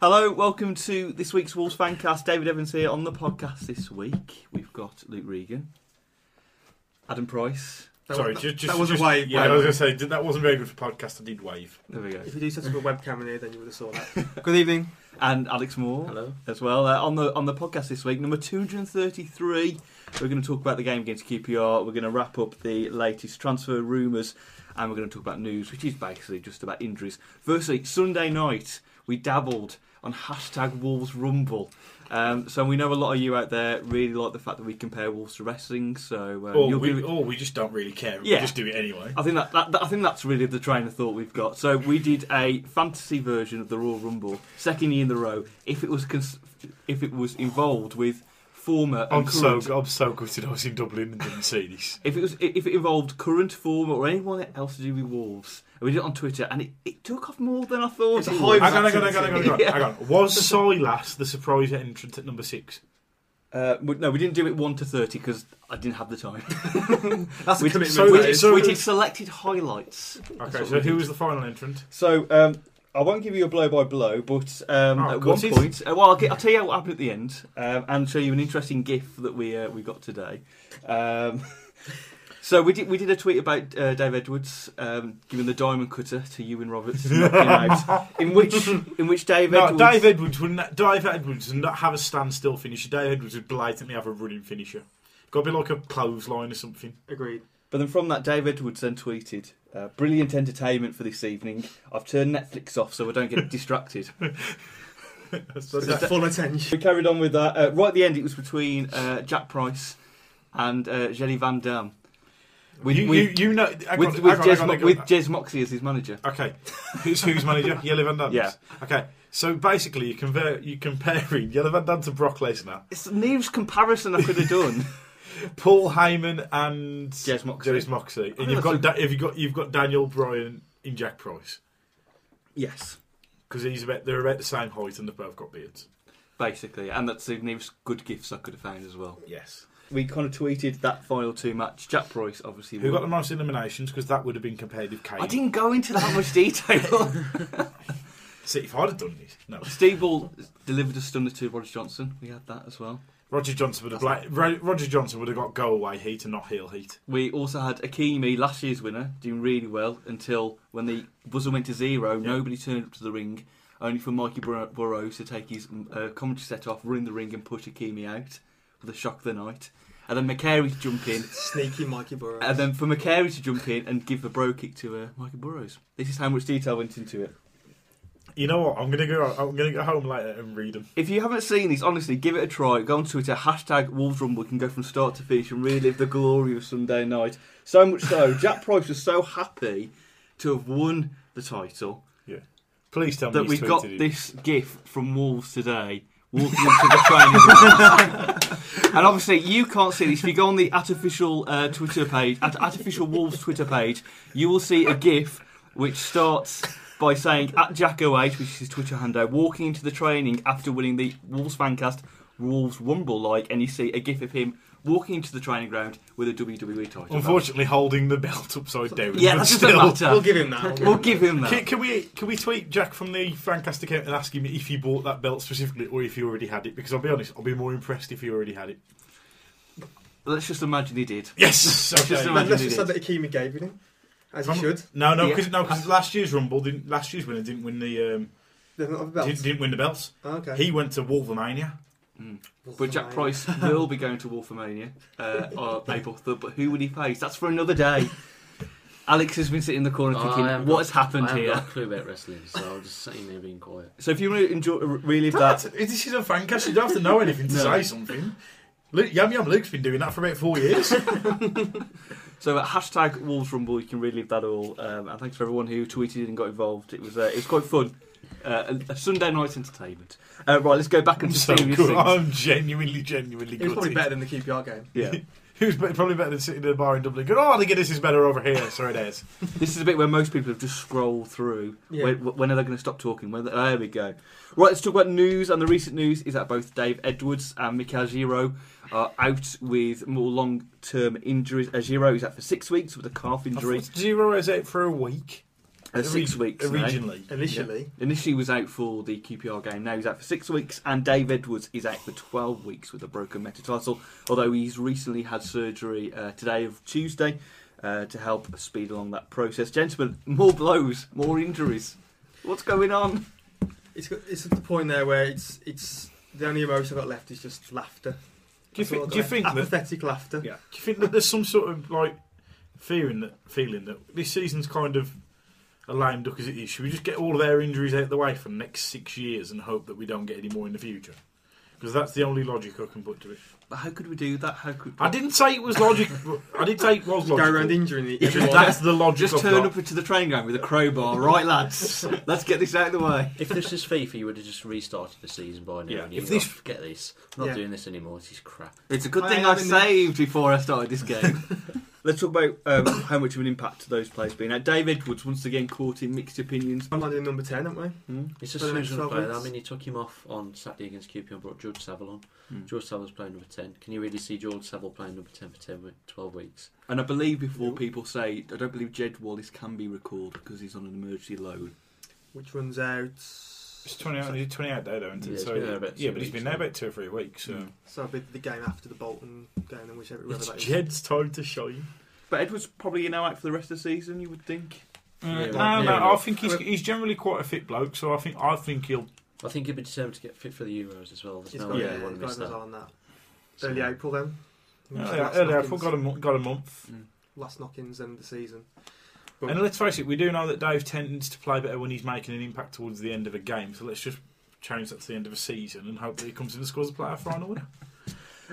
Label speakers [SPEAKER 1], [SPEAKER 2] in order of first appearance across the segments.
[SPEAKER 1] Hello, welcome to this week's Wolves Fancast. David Evans here on the podcast this week. We've got Luke Regan, Adam Price.
[SPEAKER 2] Sorry,
[SPEAKER 3] that,
[SPEAKER 2] just, just
[SPEAKER 3] that was
[SPEAKER 2] just,
[SPEAKER 3] a wave.
[SPEAKER 2] Yeah, I was going to say did- that wasn't very good for podcast. I did wave.
[SPEAKER 1] There we go.
[SPEAKER 3] If you do set up a webcam in here, then you would have saw that. Good evening.
[SPEAKER 1] And Alex Moore.
[SPEAKER 3] Hello.
[SPEAKER 1] As well uh, on the on the podcast this week, number two hundred and thirty three. We're going to talk about the game against QPR. We're going to wrap up the latest transfer rumours, and we're going to talk about news, which is basically just about injuries. Firstly, Sunday night we dabbled on hashtag Wolves Rumble. Um, so we know a lot of you out there really like the fact that we compare Wolves to wrestling. So uh,
[SPEAKER 2] Or
[SPEAKER 4] Oh,
[SPEAKER 1] you'll
[SPEAKER 2] we,
[SPEAKER 1] be-
[SPEAKER 2] or we just don't really care.
[SPEAKER 1] Yeah.
[SPEAKER 2] We just do it anyway.
[SPEAKER 1] I think that, that, that- I think that's really the train of thought we've got. So we did a fantasy version of the Royal Rumble, second year in the row. If it was cons- if it was involved with former and
[SPEAKER 4] I'm so
[SPEAKER 1] current,
[SPEAKER 4] I'm so gutted. I was in Dublin and didn't see this.
[SPEAKER 1] if it was if it involved current former or anyone else to do with Wolves, and we did it on Twitter, and it, it took off more than I thought.
[SPEAKER 3] It's
[SPEAKER 1] it
[SPEAKER 3] a
[SPEAKER 1] would.
[SPEAKER 3] hive
[SPEAKER 4] Hang on, hang on, hang on, hang on, hang on.
[SPEAKER 1] Yeah.
[SPEAKER 4] Hang on. Was Silas the surprise entrant at number six?
[SPEAKER 1] Uh, we- no, we didn't do it one to thirty because I didn't have the time.
[SPEAKER 3] That's
[SPEAKER 1] We-
[SPEAKER 3] a commitment.
[SPEAKER 4] so
[SPEAKER 1] we,
[SPEAKER 3] that
[SPEAKER 1] did,
[SPEAKER 3] is.
[SPEAKER 4] so-
[SPEAKER 1] we did selected highlights. That's
[SPEAKER 4] Okay,
[SPEAKER 1] what
[SPEAKER 4] so
[SPEAKER 1] we did.
[SPEAKER 4] who was the final entrant?
[SPEAKER 1] So um, I won't give you a blow by blow, but um,
[SPEAKER 4] Oh,
[SPEAKER 1] at one
[SPEAKER 4] gutted.
[SPEAKER 1] point, uh, well, I'll, get, I'll tell you what happened at the end, um, and show you an interesting GIF that we uh, we got today. Um, so we did we did a tweet about uh, Dave Edwards um, giving the diamond cutter to Ewan Roberts, to knock him out, in which in which Dave
[SPEAKER 4] No,
[SPEAKER 1] Edwards.
[SPEAKER 4] Dave Edwards would not, Dave Edwards would not have a standstill finisher. Dave Edwards would blatantly have a running finisher. Got to be like a clothesline or something.
[SPEAKER 3] Agreed.
[SPEAKER 1] But then from that, Dave Edwards then tweeted, uh, "Brilliant entertainment for this evening. I've turned Netflix off so I don't get distracted."
[SPEAKER 3] So it's full attention.
[SPEAKER 1] We carried on with that. Uh, right at the end, it was between uh, Jack Price and uh, Jelly Van Dam. With,
[SPEAKER 4] you,
[SPEAKER 1] with,
[SPEAKER 4] you, you know, hang
[SPEAKER 1] with,
[SPEAKER 4] on,
[SPEAKER 1] with,
[SPEAKER 4] hang on,
[SPEAKER 1] Jez,
[SPEAKER 4] hang on, hang
[SPEAKER 1] with
[SPEAKER 4] on.
[SPEAKER 1] Jez Moxie as his manager.
[SPEAKER 4] Okay, who's who's manager? Yellow Van Damme.
[SPEAKER 1] Yeah.
[SPEAKER 4] Okay, so basically you convert you comparing Yellow Van Damme to Brock Lesnar,
[SPEAKER 1] It's the nearest comparison I could have done.
[SPEAKER 4] Paul Heyman, and
[SPEAKER 1] Jez Moxley.
[SPEAKER 4] Jez Moxley.
[SPEAKER 1] think
[SPEAKER 4] And you've got
[SPEAKER 1] that's
[SPEAKER 4] da- if you got you've got Daniel Bryan in Jack Price
[SPEAKER 1] yes.
[SPEAKER 4] because he's about they're about the same height and they've both got beards.
[SPEAKER 1] Basically, and that's the nearest good gifts I could have found as well.
[SPEAKER 4] Yes.
[SPEAKER 1] We kind of tweeted that final two match. Jack Price obviously
[SPEAKER 4] Who
[SPEAKER 1] won.
[SPEAKER 4] got the most eliminations? Because that would have been compared with Kane.
[SPEAKER 1] I didn't go into that much detail.
[SPEAKER 4] See, if I'd have done this, no.
[SPEAKER 1] Steve Ball delivered a stunner to Roger Johnson. We had that as well.
[SPEAKER 4] Roger Johnson would have bla- Ro- Roger Johnson would have got go away heat and not heel heat.
[SPEAKER 1] We also had Akimi, last year's winner, doing really well until when the buzzer went to zero, nobody turned up to the ring, only for Mikey Bur- Burrows to take his mm, uh, commentary set off, run in the ring and push Akimi out with a shock of the night. And then McCary to jump in,
[SPEAKER 3] Sneaky Mikey Burrows.
[SPEAKER 1] and then for McCary to jump in and give the bro kick to uh, Mikey Burrows. This is how much detail went into it.
[SPEAKER 4] You know what? I'm gonna go. I'm gonna go home later and read them.
[SPEAKER 1] If you haven't seen these, honestly, give it a try. Go on Twitter, hashtag Wolves Rumble. You can go from start to finish and relive the glory of Sunday night. So much so, Jack Price was so happy to have won the title
[SPEAKER 4] Yeah. Please tell
[SPEAKER 1] that
[SPEAKER 4] me
[SPEAKER 1] we
[SPEAKER 4] he's
[SPEAKER 1] got
[SPEAKER 4] tweeted it.
[SPEAKER 1] this gif from Wolves today walking into the training ground. and obviously, you can't see this. If you go on the artificial uh, Twitter page, at artificial Wolves Twitter page, you will see a gif which starts by saying at Jack08, which is his Twitter handle, walking into the training after winning the Wolves Fancast Wolves Rumble like, and you see a gif of him walking into the training ground with a WWE title.
[SPEAKER 4] Unfortunately, holding the belt upside down.
[SPEAKER 1] yeah,
[SPEAKER 4] but
[SPEAKER 1] that doesn't
[SPEAKER 4] still.
[SPEAKER 1] matter.
[SPEAKER 3] We'll give him that. We'll give
[SPEAKER 1] We'll give
[SPEAKER 3] him
[SPEAKER 1] him
[SPEAKER 4] Can,
[SPEAKER 1] that.
[SPEAKER 4] can we can we tweet Jack from the Fancast account and ask him if he bought that belt specifically or if he already had it? Because I'll be honest, I'll be more impressed if he already had it.
[SPEAKER 1] Let's just imagine he did.
[SPEAKER 4] Yes, okay.
[SPEAKER 1] Just
[SPEAKER 3] that.
[SPEAKER 1] imagine
[SPEAKER 3] Unless
[SPEAKER 1] he
[SPEAKER 3] you
[SPEAKER 1] did.
[SPEAKER 3] said that Akimi gave it him, as he
[SPEAKER 4] Um,
[SPEAKER 3] should.
[SPEAKER 4] No, no,
[SPEAKER 1] Yeah.
[SPEAKER 4] because no, 'cause last year's Rumble didn't. Last year's winner didn't win the um,
[SPEAKER 3] They've not have a belt.
[SPEAKER 4] didn't, didn't win the belts.
[SPEAKER 3] Oh, okay.
[SPEAKER 4] He went to Wolvermania.
[SPEAKER 1] But Jack Price will be going to Wolfomania uh, on April 3rd, but who would he face? That's for another day. Alex has been sitting in the corner
[SPEAKER 5] Oh, I
[SPEAKER 1] thinking,
[SPEAKER 5] haven't
[SPEAKER 1] what has
[SPEAKER 5] got-
[SPEAKER 1] happened
[SPEAKER 5] I haven't
[SPEAKER 1] here?
[SPEAKER 5] got a clue about wrestling, so I'm just sitting there being quiet.
[SPEAKER 1] So if you want to enjoy, relive
[SPEAKER 2] That's,
[SPEAKER 1] that,
[SPEAKER 2] this is a fan cast. You don't have to know anything to
[SPEAKER 1] No.
[SPEAKER 2] say something. Luke, Yam Yam Luke's been doing that for about four years.
[SPEAKER 1] so at hashtag Wolves Rumble, you can relive that all. Um, and thanks for everyone who tweeted and got involved. It was uh, it was quite fun. Uh, a, a Sunday night's entertainment. Uh, right, let's go back
[SPEAKER 4] I'm
[SPEAKER 1] into
[SPEAKER 4] so
[SPEAKER 1] serious
[SPEAKER 4] good.
[SPEAKER 1] things.
[SPEAKER 4] I'm genuinely, genuinely
[SPEAKER 3] It was
[SPEAKER 4] good.
[SPEAKER 3] probably better than the QPR game.
[SPEAKER 1] Yeah.
[SPEAKER 4] It was be- probably better than sitting in a bar in Dublin going, oh, the Guinness is better over here. So it is.
[SPEAKER 1] This is a bit where most people have just scrolled through.
[SPEAKER 3] Yeah.
[SPEAKER 1] When, when are they going to stop talking? When there we go. Right, let's talk about news. And the recent news is that both Dave Edwards and Mikael Giro are out with more long-term injuries. Uh, Giro is out for six weeks with a calf injury.
[SPEAKER 4] Zero is out for a week.
[SPEAKER 1] Uh, six weeks. no?
[SPEAKER 2] Originally.
[SPEAKER 3] Initially,
[SPEAKER 1] Initially he was out for the QPR game. Now he's out for six weeks, and Dave Edwards is out for twelve weeks with a broken metatarsal. Although he's recently had surgery uh, today of Tuesday uh, to help speed along that process. Gentlemen, more blows, more injuries. What's going on?
[SPEAKER 3] it's got, it's at the point there where it's it's the only emotion I've got left is just laughter.
[SPEAKER 4] Do you,
[SPEAKER 3] That's all
[SPEAKER 4] think,
[SPEAKER 3] I've
[SPEAKER 4] do you
[SPEAKER 3] got
[SPEAKER 4] think
[SPEAKER 3] left.
[SPEAKER 4] that
[SPEAKER 3] apathetic laughter?
[SPEAKER 4] Yeah. Do you think that there's some sort of like feeling that feeling that this season's kind of a lame duck as it is? Should we just get all of their injuries out of the way for the next six years and hope that we don't get any more in the future? Because that's the only logic I can put to it.
[SPEAKER 1] But how could we do that? How could
[SPEAKER 4] I didn't say it was logic. I did say it was
[SPEAKER 3] Just go around
[SPEAKER 4] logic.
[SPEAKER 3] injuring it.
[SPEAKER 4] Because that's the logic.
[SPEAKER 1] just
[SPEAKER 4] I've
[SPEAKER 1] turn
[SPEAKER 4] got.
[SPEAKER 1] up to the train going with a crowbar, right, lads? Let's get this out of the way.
[SPEAKER 5] If this is FIFA, you would have just restarted the season by now.
[SPEAKER 4] Yeah,
[SPEAKER 5] And you
[SPEAKER 4] if
[SPEAKER 5] if
[SPEAKER 4] this-
[SPEAKER 5] this get this, I'm not
[SPEAKER 3] Yeah.
[SPEAKER 5] doing this anymore. This is crap.
[SPEAKER 1] It's a good
[SPEAKER 3] I
[SPEAKER 1] thing
[SPEAKER 3] am
[SPEAKER 1] I,
[SPEAKER 3] in the-
[SPEAKER 1] saved before I started this game. Let's talk about um, how much of an impact those players been. Now, Dave Edwards once again caught in mixed opinions.
[SPEAKER 3] I'm doing number ten, aren't we?
[SPEAKER 1] Hmm?
[SPEAKER 5] It's a
[SPEAKER 3] For the next
[SPEAKER 5] Susan
[SPEAKER 3] 12
[SPEAKER 5] player. I
[SPEAKER 3] weeks.
[SPEAKER 5] mean, you took him off on Saturday against QP and brought George Savile on.
[SPEAKER 1] Hmm.
[SPEAKER 5] George Savile's playing number 10. Can you really see George Savile playing number 10 for 10, we- 12 weeks?
[SPEAKER 1] And I believe before people say, I don't believe Jed Wallace can be recalled because he's on an emergency loan.
[SPEAKER 3] Which runs out.
[SPEAKER 4] It's 28, 28 day though, isn't
[SPEAKER 5] Yeah,
[SPEAKER 4] it?
[SPEAKER 5] it's
[SPEAKER 4] So,
[SPEAKER 5] been there about
[SPEAKER 4] yeah,
[SPEAKER 5] two
[SPEAKER 4] but it's been
[SPEAKER 5] weeks,
[SPEAKER 4] there
[SPEAKER 5] yeah.
[SPEAKER 4] about two or three weeks. So.
[SPEAKER 1] Mm.
[SPEAKER 3] So it'll be the game after the Bolton game, and whichever whether
[SPEAKER 4] It's
[SPEAKER 3] that is.
[SPEAKER 4] Jed's time to shine.
[SPEAKER 1] But Edwards probably now out for the rest of the season, you would think.
[SPEAKER 4] Uh,
[SPEAKER 5] Yeah,
[SPEAKER 4] no,
[SPEAKER 5] well,
[SPEAKER 4] no,
[SPEAKER 5] yeah.
[SPEAKER 4] I think he's, he's generally quite a fit bloke, so I think I think he'll
[SPEAKER 5] I think he'd be determined to get fit for the Euros as well. There's
[SPEAKER 3] He's
[SPEAKER 5] no
[SPEAKER 3] got
[SPEAKER 5] way
[SPEAKER 3] yeah,
[SPEAKER 5] they want to miss
[SPEAKER 3] drivers
[SPEAKER 5] that.
[SPEAKER 3] on that.
[SPEAKER 5] So-
[SPEAKER 3] Early April then.
[SPEAKER 4] Early,
[SPEAKER 3] Last
[SPEAKER 4] early
[SPEAKER 3] knockings-
[SPEAKER 4] April got a mo- got a month,
[SPEAKER 3] last knockings end of the season.
[SPEAKER 4] and let's face it, we do know that Dave tends to play better when he's making an impact towards the end of a game. So let's just change that to the end of a season and hope that he comes in and scores a playoff final winner.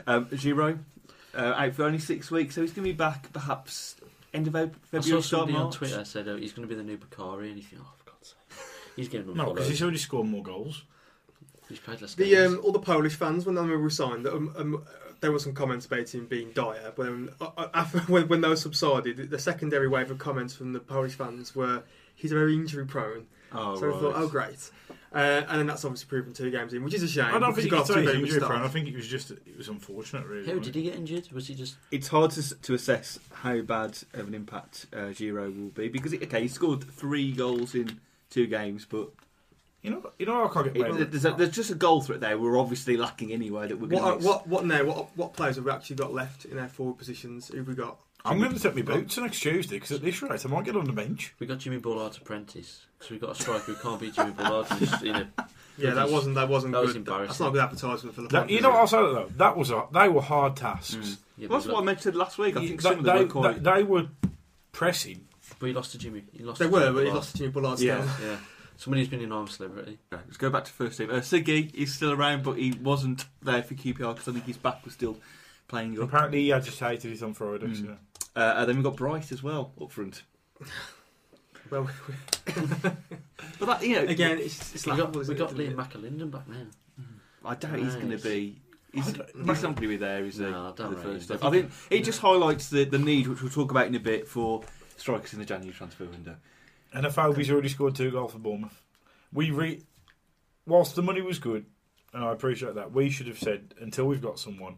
[SPEAKER 1] Um, Giro, uh, out for only six weeks, so he's going to be back perhaps end of Feb-
[SPEAKER 5] I
[SPEAKER 1] February,
[SPEAKER 5] saw
[SPEAKER 1] start
[SPEAKER 5] somebody on
[SPEAKER 1] March.
[SPEAKER 5] Twitter said oh, he's going to be the new Bakari, and you think, oh, for God's sake. He's getting
[SPEAKER 4] No,
[SPEAKER 5] unfollowed.
[SPEAKER 4] because he's already scored more goals.
[SPEAKER 5] he's played less games.
[SPEAKER 3] The um, all the Polish fans when they were signed, um, um, there were some comments about him being dire. But um, uh, uh, after, when, when those subsided, the secondary wave of comments from the Polish fans were he's very injury prone.
[SPEAKER 1] Oh,
[SPEAKER 3] so I thought,
[SPEAKER 1] right.
[SPEAKER 3] oh great, uh, and then that's obviously proven two games in, which is a shame.
[SPEAKER 4] I don't
[SPEAKER 3] because
[SPEAKER 4] think
[SPEAKER 3] he got
[SPEAKER 4] it's
[SPEAKER 3] off to a
[SPEAKER 4] totally
[SPEAKER 3] very good
[SPEAKER 4] injury
[SPEAKER 3] start.
[SPEAKER 4] prone. I think it was just it was unfortunate, really.
[SPEAKER 5] How
[SPEAKER 4] wasn't
[SPEAKER 5] did
[SPEAKER 4] it?
[SPEAKER 5] he get injured? Was he just.
[SPEAKER 1] It's hard to, s- to assess how bad of an impact uh, Giro will be because, okay, he scored three goals in two games, but
[SPEAKER 4] You know, you know, I can't get.
[SPEAKER 1] it,
[SPEAKER 4] mad.
[SPEAKER 1] there's, a, there's just a goal threat there we're obviously lacking anyway that we're
[SPEAKER 3] What,
[SPEAKER 1] going
[SPEAKER 3] are,
[SPEAKER 1] to
[SPEAKER 3] what what now? What what players have we actually got left in our forward positions? Who have we got?
[SPEAKER 4] I'm going to take my boots next Tuesday because at this rate, I might get on the bench.
[SPEAKER 5] We got Jimmy Bullard's apprentice. Because we got a striker who can't beat Jimmy Bullard. and he's, you know,
[SPEAKER 3] Yeah, that
[SPEAKER 5] Goodness.
[SPEAKER 3] wasn't that wasn't
[SPEAKER 5] That was
[SPEAKER 3] good. That's not a good advertisement for the.
[SPEAKER 4] That, you know what I'll say though? That was a, they were hard tasks.
[SPEAKER 5] yeah, but
[SPEAKER 1] That's
[SPEAKER 5] he
[SPEAKER 1] what I
[SPEAKER 5] lo-
[SPEAKER 1] mentioned last week. Mm. I
[SPEAKER 4] You-
[SPEAKER 1] think
[SPEAKER 4] they,
[SPEAKER 1] some of them
[SPEAKER 4] they-
[SPEAKER 1] were quite.
[SPEAKER 4] they- they were pressing.
[SPEAKER 5] but he lost to Jimmy. He lost
[SPEAKER 3] They
[SPEAKER 5] to
[SPEAKER 3] were,
[SPEAKER 5] Jimmy
[SPEAKER 3] but he
[SPEAKER 5] Bullard.
[SPEAKER 3] lost to Jimmy Bullard
[SPEAKER 1] Yeah.
[SPEAKER 3] still.
[SPEAKER 5] Yeah. Somebody who's been an arm celebrity.
[SPEAKER 1] Okay, let's go back to first team. Uh, Siggy is still around, but he wasn't there for QPR because I think his back was still playing up. Uh,
[SPEAKER 4] Apparently, he agitated it on Friday.
[SPEAKER 1] Mm.
[SPEAKER 4] So.
[SPEAKER 1] and then we've got Bright as well up front.
[SPEAKER 3] Well,
[SPEAKER 1] But that, you know,
[SPEAKER 3] again, it's, it's
[SPEAKER 5] we got,
[SPEAKER 3] laughable.
[SPEAKER 5] we
[SPEAKER 3] isn't
[SPEAKER 5] got
[SPEAKER 3] it?
[SPEAKER 5] Liam McAlinden back now.
[SPEAKER 1] I doubt he's going to
[SPEAKER 5] Nice.
[SPEAKER 1] be. He's,
[SPEAKER 4] I
[SPEAKER 1] he's
[SPEAKER 4] don't-
[SPEAKER 1] not going to be there, is he?
[SPEAKER 5] No, I don't
[SPEAKER 1] for the
[SPEAKER 5] really
[SPEAKER 1] first
[SPEAKER 5] think
[SPEAKER 1] team? I think it
[SPEAKER 3] no.
[SPEAKER 1] just highlights the, the need, which we'll talk about in a bit, for strikers in the January transfer window.
[SPEAKER 4] And Afobe's already scored two goals for Bournemouth. We re, whilst the money was good, and I appreciate that, we should have said until we've got someone.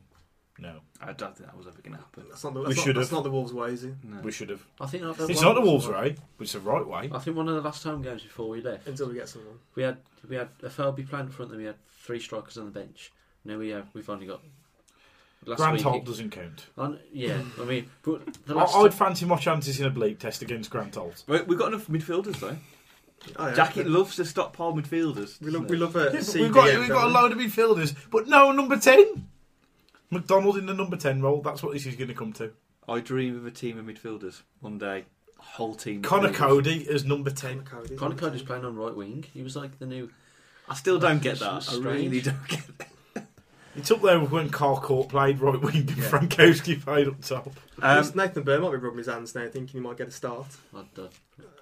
[SPEAKER 4] No,
[SPEAKER 1] I don't think that was ever going to happen.
[SPEAKER 3] That's not the,
[SPEAKER 4] We
[SPEAKER 3] that's, not,
[SPEAKER 4] should
[SPEAKER 3] that's
[SPEAKER 4] have.
[SPEAKER 3] not the Wolves' way, is it?
[SPEAKER 1] No.
[SPEAKER 4] we should have.
[SPEAKER 5] I think that, that
[SPEAKER 4] It's
[SPEAKER 5] one-
[SPEAKER 4] not the Wolves' way, but it's the right way.
[SPEAKER 5] I think one of the last home games before we left,
[SPEAKER 3] Until we get someone.
[SPEAKER 5] we had we had a Felby playing in front, and we had three strikers on the bench. Now we have we've only got last
[SPEAKER 4] Grant
[SPEAKER 5] week.
[SPEAKER 4] Holt doesn't count.
[SPEAKER 5] on, yeah, I mean, but the
[SPEAKER 4] I,
[SPEAKER 5] last
[SPEAKER 4] I would fancy my chances in a bleep test against Grant Holt.
[SPEAKER 1] But we've got enough midfielders, though.
[SPEAKER 3] Oh, yeah.
[SPEAKER 1] Jacket loves to stockpile midfielders.
[SPEAKER 3] We love,
[SPEAKER 1] doesn't
[SPEAKER 3] we
[SPEAKER 1] he?
[SPEAKER 3] love uh, a
[SPEAKER 4] Yeah, but
[SPEAKER 3] CDM,
[SPEAKER 4] we've got we've got a
[SPEAKER 3] don't we?
[SPEAKER 4] load of midfielders, but no number ten. McDonald in the number ten role. That's what this is going to come to.
[SPEAKER 1] I dream of a team of midfielders one day. whole team.
[SPEAKER 4] Connor Cody as number 10.
[SPEAKER 3] Cody.
[SPEAKER 5] Connor Cody's playing on right wing. He was like the new.
[SPEAKER 1] I still don't get that.
[SPEAKER 5] That's
[SPEAKER 1] I really
[SPEAKER 5] strange.
[SPEAKER 1] don't get that.
[SPEAKER 4] It's up there with when Carcourt played right wing and Frankowski played up top.
[SPEAKER 3] At
[SPEAKER 1] Um,
[SPEAKER 3] least Nathan Burr might be rubbing his hands now, thinking he might get a start.
[SPEAKER 5] I don't-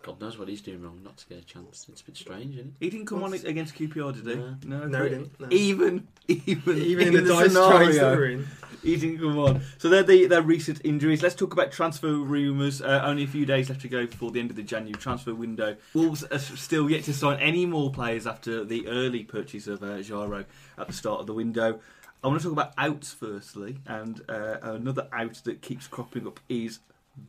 [SPEAKER 5] God knows what he's doing wrong not to get a chance. It's a bit strange, isn't
[SPEAKER 1] he didn't come on against QPR, did he?
[SPEAKER 5] No.
[SPEAKER 1] No,
[SPEAKER 3] No, he didn't. No.
[SPEAKER 1] Even, even,
[SPEAKER 3] Even in the, dice trays that we're in.
[SPEAKER 1] He didn't come on. So they're the their recent injuries. Let's talk about transfer rumours. Uh, only a few days left to go before the end of the January transfer window. Wolves are s- still yet to sign any more players after the early purchase of uh, Jaro at the start of the window. I want to talk about outs firstly, and uh, another out that keeps cropping up is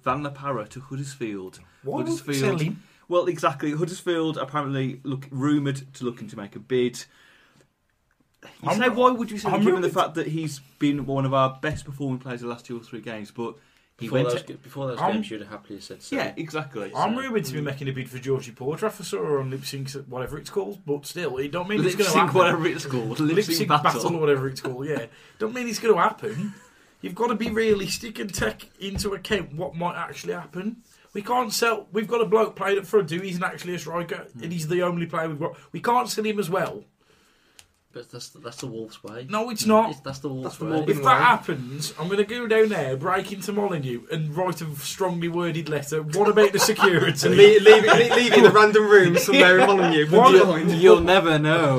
[SPEAKER 1] Van La Parra to Huddersfield.
[SPEAKER 4] Why would
[SPEAKER 1] Huddersfield-
[SPEAKER 4] sell him?
[SPEAKER 1] Well, exactly. Huddersfield apparently look rumoured to looking to make a bid. You
[SPEAKER 4] I'm-
[SPEAKER 1] say why would you say that,
[SPEAKER 4] I'm
[SPEAKER 1] given the
[SPEAKER 4] rumoured-
[SPEAKER 1] fact that he's been one of our best performing players the last two or three games, but he
[SPEAKER 5] he? Before
[SPEAKER 1] went.
[SPEAKER 5] those,
[SPEAKER 1] to-
[SPEAKER 5] before those
[SPEAKER 4] I'm-
[SPEAKER 3] Um,
[SPEAKER 5] games, you'd have happily said so.
[SPEAKER 1] yeah, exactly.
[SPEAKER 4] I'm
[SPEAKER 5] So-
[SPEAKER 4] rumoured to be making a bid for Georgie Porter. I saw her on Lip Sync, whatever it's called, but still, it don't mean
[SPEAKER 1] Lip
[SPEAKER 4] it's going to
[SPEAKER 1] sync,
[SPEAKER 4] happen.
[SPEAKER 1] whatever it's called, lip
[SPEAKER 4] Lip
[SPEAKER 1] sync
[SPEAKER 4] Sync
[SPEAKER 1] battle.
[SPEAKER 4] battle. or whatever it's called, yeah. don't mean it's going to happen. You've got to be realistic and take into account what might actually happen. We can't sell. We've got a bloke played up front who isn't actually a striker, and he's the only player we've got. We can't sell him as well.
[SPEAKER 5] But that's the, that's the Wolves way.
[SPEAKER 4] No, it's not.
[SPEAKER 5] It's- that's the Wolves
[SPEAKER 3] That's the
[SPEAKER 5] way.
[SPEAKER 3] Wolves-
[SPEAKER 4] If
[SPEAKER 3] Right.
[SPEAKER 4] that happens, I'm going to go down there, break into Molyneux, and write a strongly worded letter. What about the
[SPEAKER 3] And
[SPEAKER 4] security?
[SPEAKER 3] leave, leave, it- leave it in a random room somewhere in Molyneux.
[SPEAKER 4] One-
[SPEAKER 3] One behind.
[SPEAKER 1] You'll never know.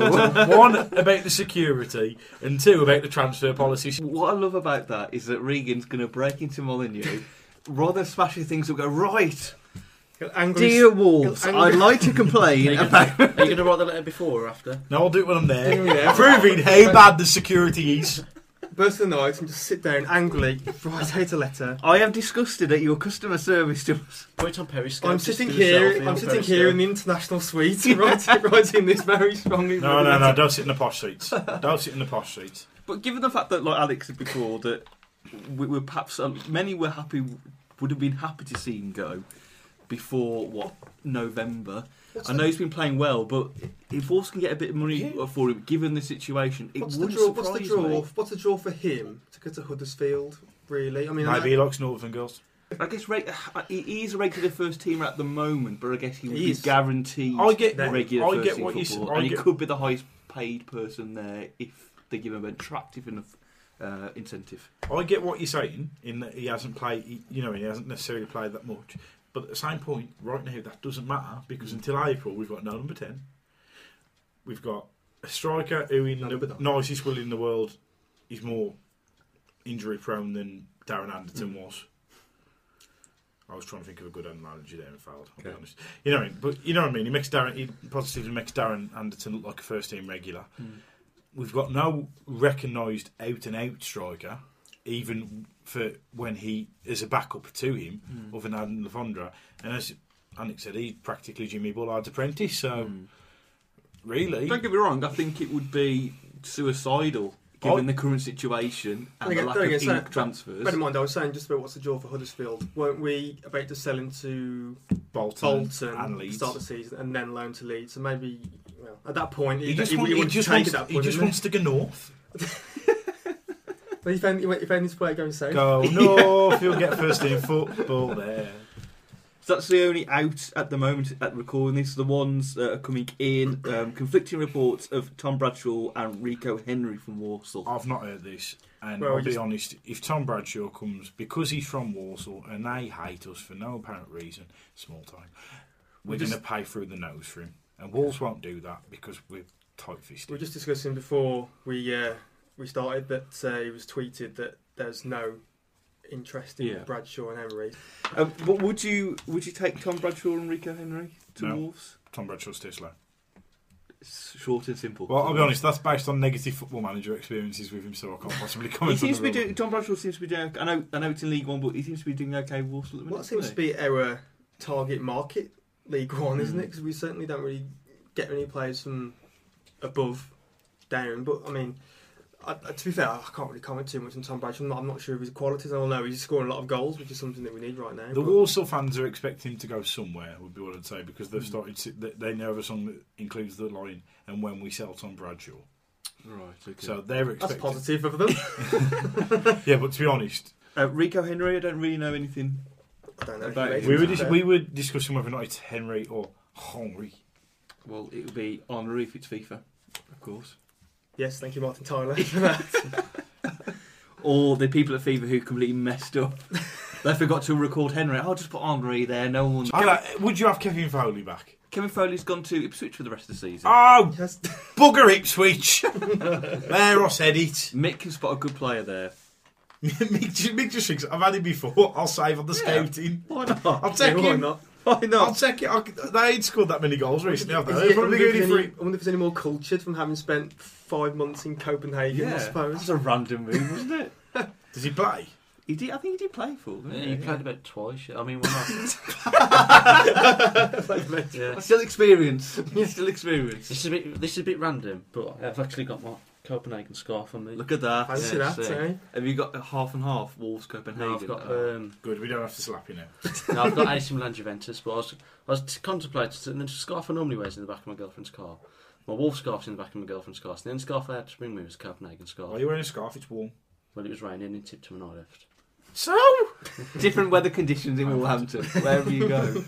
[SPEAKER 4] One about the security, and two about the transfer policy.
[SPEAKER 1] what I love about that is that Regan's going to break into Molyneux, rather than smashing things up, go right.
[SPEAKER 3] Angry
[SPEAKER 1] Dear Wolves,
[SPEAKER 3] angry-
[SPEAKER 1] I'd like to complain about
[SPEAKER 5] Are you going to write the letter before or after?
[SPEAKER 4] No, I'll do it when I'm there,
[SPEAKER 3] Yeah.
[SPEAKER 4] proving how bad the security is.
[SPEAKER 3] burst of the night and just sit there and angrily write out a letter.
[SPEAKER 1] I am disgusted at your customer service to us.
[SPEAKER 5] Put it on Periscope.
[SPEAKER 3] I'm
[SPEAKER 5] just
[SPEAKER 3] sitting
[SPEAKER 5] do a
[SPEAKER 3] here.
[SPEAKER 5] selfie
[SPEAKER 3] I'm
[SPEAKER 5] on
[SPEAKER 3] sitting here in
[SPEAKER 5] Periscope.
[SPEAKER 3] the international suite, writing, writing this very strongly.
[SPEAKER 4] No, no, no! Don't sit in the posh seats. Don't sit in the posh seats.
[SPEAKER 1] But given the fact that, like Alex said before, that we were perhaps um, many were happy, would have been happy to see him go before what November. I know he's been playing well, but if Wolves can get a bit of money
[SPEAKER 3] Yeah.
[SPEAKER 1] for him, given the situation, it
[SPEAKER 3] What's the
[SPEAKER 1] wouldn't
[SPEAKER 3] draw? What's
[SPEAKER 1] surprise
[SPEAKER 3] the draw?
[SPEAKER 1] me.
[SPEAKER 3] What's the draw for him to go to Huddersfield? Really? I mean,
[SPEAKER 4] Maybe he likes Northern girls.
[SPEAKER 1] I guess reg- he he is a regular first teamer at the moment, but I guess he would
[SPEAKER 3] He
[SPEAKER 1] be
[SPEAKER 3] is.
[SPEAKER 1] guaranteed
[SPEAKER 4] I get
[SPEAKER 1] a
[SPEAKER 4] that.
[SPEAKER 1] regular
[SPEAKER 4] I
[SPEAKER 1] first
[SPEAKER 4] get
[SPEAKER 1] team
[SPEAKER 4] what you
[SPEAKER 1] football,
[SPEAKER 4] s- I
[SPEAKER 1] and he
[SPEAKER 4] get-
[SPEAKER 1] could be the highest paid person there if they give him an attractive enough uh, incentive.
[SPEAKER 4] I get what you're saying in that he hasn't played. he- You know, he hasn't necessarily played that much. But at the same point, right now that doesn't matter
[SPEAKER 3] Mm.
[SPEAKER 4] because until April we've got no number ten. We've got a striker who, in
[SPEAKER 3] Number
[SPEAKER 4] the
[SPEAKER 3] nine.
[SPEAKER 4] nicest will in the world, is more injury prone than Darren Anderton
[SPEAKER 3] Mm.
[SPEAKER 4] was. I was trying to think of a good analogy there and failed. I'll be
[SPEAKER 1] Okay.
[SPEAKER 4] honest. You know, but you know what I mean. He makes Darren. He positively makes Darren Anderton look like a first team regular.
[SPEAKER 3] Mm.
[SPEAKER 4] We've got no recognised out and out striker, even for when he is a backup to him,
[SPEAKER 3] Mm.
[SPEAKER 4] other than Adam Lafondra. And as Anik said, he's practically Jimmy Bullard's apprentice. So
[SPEAKER 3] Mm.
[SPEAKER 4] really,
[SPEAKER 1] Don't get me wrong, I think it would be suicidal given the current situation and
[SPEAKER 3] Oh. Don't
[SPEAKER 1] the
[SPEAKER 3] get-
[SPEAKER 1] lack
[SPEAKER 3] don't
[SPEAKER 1] of
[SPEAKER 3] get
[SPEAKER 1] ink
[SPEAKER 3] said-
[SPEAKER 1] transfers.
[SPEAKER 3] Bear in mind, I was saying just about what's the draw for Huddersfield. Weren't we about to sell into
[SPEAKER 4] Bolton,
[SPEAKER 3] Bolton
[SPEAKER 4] and
[SPEAKER 3] at the
[SPEAKER 4] Leeds.
[SPEAKER 3] start of the season and then loan to Leeds? So maybe well, at that point,
[SPEAKER 4] He just,
[SPEAKER 3] he,
[SPEAKER 4] want-
[SPEAKER 3] he
[SPEAKER 4] he
[SPEAKER 3] would
[SPEAKER 4] just
[SPEAKER 3] take
[SPEAKER 4] wants,
[SPEAKER 3] it at that
[SPEAKER 4] he
[SPEAKER 3] point.
[SPEAKER 4] just
[SPEAKER 3] wouldn't
[SPEAKER 4] wants to go north.
[SPEAKER 3] he? But he found, he went- he found his way going south.
[SPEAKER 4] Go north, you'll get first team football there.
[SPEAKER 1] So that's the only out at the moment at recording this. The ones that are coming in, um, conflicting reports of Tom Bradshaw and Rico Henry from Warsaw.
[SPEAKER 4] I've not heard this, and
[SPEAKER 3] Well,
[SPEAKER 4] I'll
[SPEAKER 3] we
[SPEAKER 4] be
[SPEAKER 3] just-
[SPEAKER 4] honest. If Tom Bradshaw comes because he's from Warsaw and they hate us for no apparent reason, small time, we're
[SPEAKER 3] We just-
[SPEAKER 4] going to pay through the nose for him, and Wolves won't do that because we're tight
[SPEAKER 3] We were
[SPEAKER 4] fisted.
[SPEAKER 3] just discussing before we uh, we started that uh, it was tweeted that there's no interest in
[SPEAKER 1] Yeah.
[SPEAKER 3] Bradshaw and Emery.
[SPEAKER 1] Um, but would you would you take Tom Bradshaw and Rico Henry to
[SPEAKER 4] No.
[SPEAKER 1] Wolves?
[SPEAKER 4] Tom Bradshaw's too slow.
[SPEAKER 1] It's short and simple.
[SPEAKER 4] Well, I'll be honest. That's based on negative football manager experiences with him, so I can't possibly
[SPEAKER 1] He
[SPEAKER 4] comment.
[SPEAKER 1] seems to
[SPEAKER 4] on
[SPEAKER 1] be
[SPEAKER 4] the
[SPEAKER 1] doing, Tom Bradshaw seems to be doing. I know, I know it's in League One, but he seems to be doing okay. with Warsaw at the minute.
[SPEAKER 3] What seems
[SPEAKER 1] doesn't
[SPEAKER 3] to be our target market, League One,
[SPEAKER 4] Hmm.
[SPEAKER 3] isn't it? Because we certainly don't really get any players from above down. But I mean, I, I- to be fair, I can't really comment too much on Tom Bradshaw. I'm not, I'm not sure of his qualities. I don't know he's scoring a lot of goals, which is something that we need right now.
[SPEAKER 4] The
[SPEAKER 3] but-
[SPEAKER 4] Warsaw fans are expecting him to go somewhere, would be what I'd say, because
[SPEAKER 3] Hmm.
[SPEAKER 4] they've started. To, they- they know of a song that includes the line, and when we sell Tom Bradshaw.
[SPEAKER 1] he? right. Okay.
[SPEAKER 4] So they're
[SPEAKER 3] that's
[SPEAKER 4] expecting.
[SPEAKER 3] positive of them.
[SPEAKER 4] Yeah, but to be honest,
[SPEAKER 1] uh, Rico Henry, I don't really know anything
[SPEAKER 3] I don't know.
[SPEAKER 1] About-
[SPEAKER 3] Maybe
[SPEAKER 4] We were
[SPEAKER 3] it's
[SPEAKER 4] dis-
[SPEAKER 3] fair.
[SPEAKER 4] we were discussing whether or not it's Henry or Henry.
[SPEAKER 1] Well, it would be honorary if it's FIFA, of course.
[SPEAKER 3] Yes, thank you, Martin Tyler, for that.
[SPEAKER 1] Or the people at FIFA who completely messed up. they forgot to record Henry. I'll just put honorary there. No one.
[SPEAKER 4] I like- would you have Kevin Foley back?
[SPEAKER 1] Kevin Foley's gone to Ipswich for the rest of the season.
[SPEAKER 4] Oh,
[SPEAKER 3] Yes.
[SPEAKER 4] bugger Ipswich! there, I said it.
[SPEAKER 1] Mick can spot a good player there.
[SPEAKER 4] Mick, just, Mick just thinks I've had him before. I'll save on the scouting.
[SPEAKER 1] Why not?
[SPEAKER 4] I'll take
[SPEAKER 3] Why
[SPEAKER 4] him.
[SPEAKER 3] not? Why
[SPEAKER 4] I'll
[SPEAKER 3] not?
[SPEAKER 4] take it. I, they ain't scored that many goals recently, have they?
[SPEAKER 3] Is
[SPEAKER 4] They're
[SPEAKER 3] it- I
[SPEAKER 4] probably
[SPEAKER 3] wonder if
[SPEAKER 4] going in
[SPEAKER 3] there's
[SPEAKER 4] for
[SPEAKER 3] any- I wonder if there's any more cultured from having spent five months in Copenhagen, I
[SPEAKER 1] that's
[SPEAKER 3] suppose.
[SPEAKER 1] a random move, wasn't it?
[SPEAKER 4] it. Does he play?
[SPEAKER 1] He did. I think he did play for them.
[SPEAKER 5] Yeah,
[SPEAKER 1] didn't
[SPEAKER 5] you
[SPEAKER 1] he?
[SPEAKER 5] played about twice. I mean, why not? yeah.
[SPEAKER 1] That's Still experience. Still experience.
[SPEAKER 5] This is a bit. This is a bit random, but I've actually got my Copenhagen scarf on me.
[SPEAKER 1] Look at that.
[SPEAKER 3] Fancy
[SPEAKER 1] Yeah,
[SPEAKER 3] that,
[SPEAKER 1] see.
[SPEAKER 3] eh?
[SPEAKER 1] Have you got a half and half Wolves
[SPEAKER 5] no,
[SPEAKER 1] Copenhagen?
[SPEAKER 5] I've got
[SPEAKER 1] Oh.
[SPEAKER 5] um,
[SPEAKER 4] Good. We don't have to slap you now.
[SPEAKER 5] no, I've got AC Milan Juventus, but I was, I was t- contemplating, and then the scarf I normally wear is in the back of my girlfriend's car. My wolf scarf's in the back of my girlfriend's car, so the only scarf I had to bring me was a Copenhagen scarf.
[SPEAKER 4] Are you wearing a scarf? It's warm.
[SPEAKER 5] Well, it was raining, it tipped him and I left.
[SPEAKER 4] So
[SPEAKER 1] Different weather conditions in Wolverhampton, wherever you go.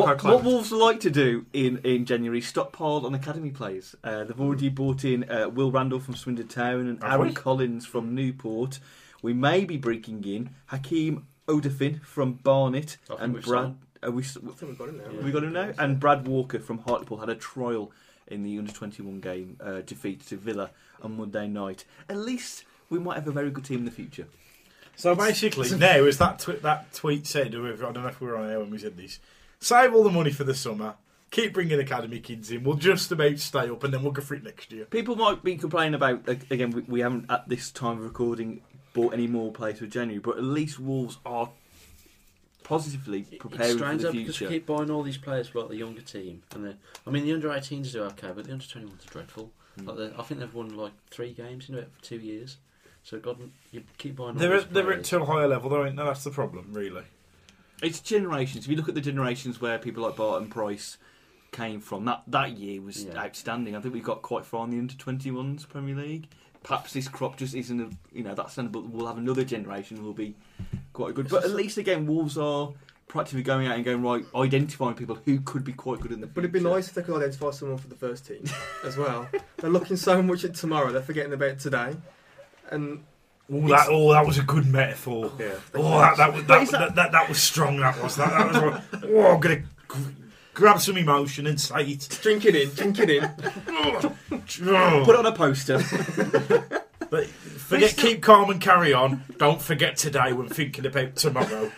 [SPEAKER 1] what,
[SPEAKER 3] our
[SPEAKER 1] what
[SPEAKER 3] climate.
[SPEAKER 1] Wolves like to do in, in January, stockpile on academy players. Uh, they've already bought in uh, Will Randall from Swindon Town and
[SPEAKER 4] Have
[SPEAKER 1] Aaron
[SPEAKER 4] we?
[SPEAKER 1] Collins from Newport. We may be bringing in Hakeem Odafin from Barnet
[SPEAKER 5] I think
[SPEAKER 1] and
[SPEAKER 5] we've
[SPEAKER 1] Brad. Are we, s-
[SPEAKER 3] I think we've got it now.
[SPEAKER 5] Yeah.
[SPEAKER 1] have we got him now? And Brad Walker from Hartlepool had a trial in the under 21 game uh, defeat to Villa on Monday night. At least we might have a very good team in the future.
[SPEAKER 4] So basically, now as that tw- that tweet said, whoever I don't know if we were on air when we said this, save all the money for the summer, keep bringing academy kids in. We'll just about stay up, and then we'll go for it next year.
[SPEAKER 1] People might be complaining about ag- again. We, we haven't at this time of recording bought any more players for January, but at least Wolves are positively preparing
[SPEAKER 5] it's
[SPEAKER 1] for
[SPEAKER 5] strange
[SPEAKER 1] the
[SPEAKER 5] though, because we
[SPEAKER 1] future.
[SPEAKER 5] keep buying all these players for like the younger team, and the, I mean the under 18s do okay, but the under 21s are dreadful.
[SPEAKER 4] Hmm.
[SPEAKER 5] Like the, I think they've won like three games in about two years. So God, you keep buying. All
[SPEAKER 4] They're
[SPEAKER 5] these
[SPEAKER 4] at, they're at
[SPEAKER 5] players.
[SPEAKER 4] too high a level, though. ain't they? That's the problem, really.
[SPEAKER 1] It's generations. If you look at the generations where people like Barton Price came from, that that year was
[SPEAKER 5] Yeah.
[SPEAKER 1] outstanding. I think we got quite far in the under twenty ones Premier League. Perhaps this crop just isn't, a, you know, that's standard. But we'll have another generation. who will be quite good. But at least again, Wolves are practically going out and going right, identifying people who could be quite good in the.
[SPEAKER 3] But it'd be
[SPEAKER 1] future.
[SPEAKER 3] nice if they could identify someone for the first team as well. they're looking so much at tomorrow, they're forgetting about today. And
[SPEAKER 4] Oh, that oh, that was a good metaphor.
[SPEAKER 3] yeah,
[SPEAKER 4] Oh, that that was
[SPEAKER 1] But
[SPEAKER 4] that,
[SPEAKER 1] is
[SPEAKER 4] that, that, that was strong. That was that, that was. Like, oh, I'm gonna gr- grab some emotion and say it.
[SPEAKER 3] drink it in, drink it in.
[SPEAKER 1] Put it on a poster.
[SPEAKER 4] But forget, keep calm and carry on. Don't forget today when thinking about tomorrow.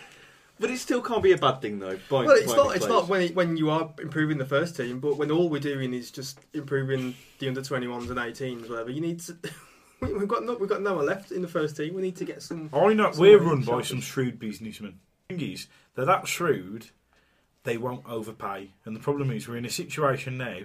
[SPEAKER 1] But it still can't be a bad thing, though. By,
[SPEAKER 3] Well, it's
[SPEAKER 1] by
[SPEAKER 3] not.
[SPEAKER 1] the
[SPEAKER 3] It's
[SPEAKER 1] players.
[SPEAKER 3] not when it, when you are improving the first team, but when all we're doing is just improving the under twenty ones and eighteens, whatever. You need to. we- We've got no. We've got no one left in the first team. We need to get some.
[SPEAKER 4] I know
[SPEAKER 3] Some
[SPEAKER 4] we're
[SPEAKER 3] way
[SPEAKER 4] run
[SPEAKER 3] to
[SPEAKER 4] by
[SPEAKER 3] shop
[SPEAKER 4] some
[SPEAKER 3] it.
[SPEAKER 4] shrewd businessmen. Thing is, they're that shrewd, they won't overpay. And the problem is, we're in a situation now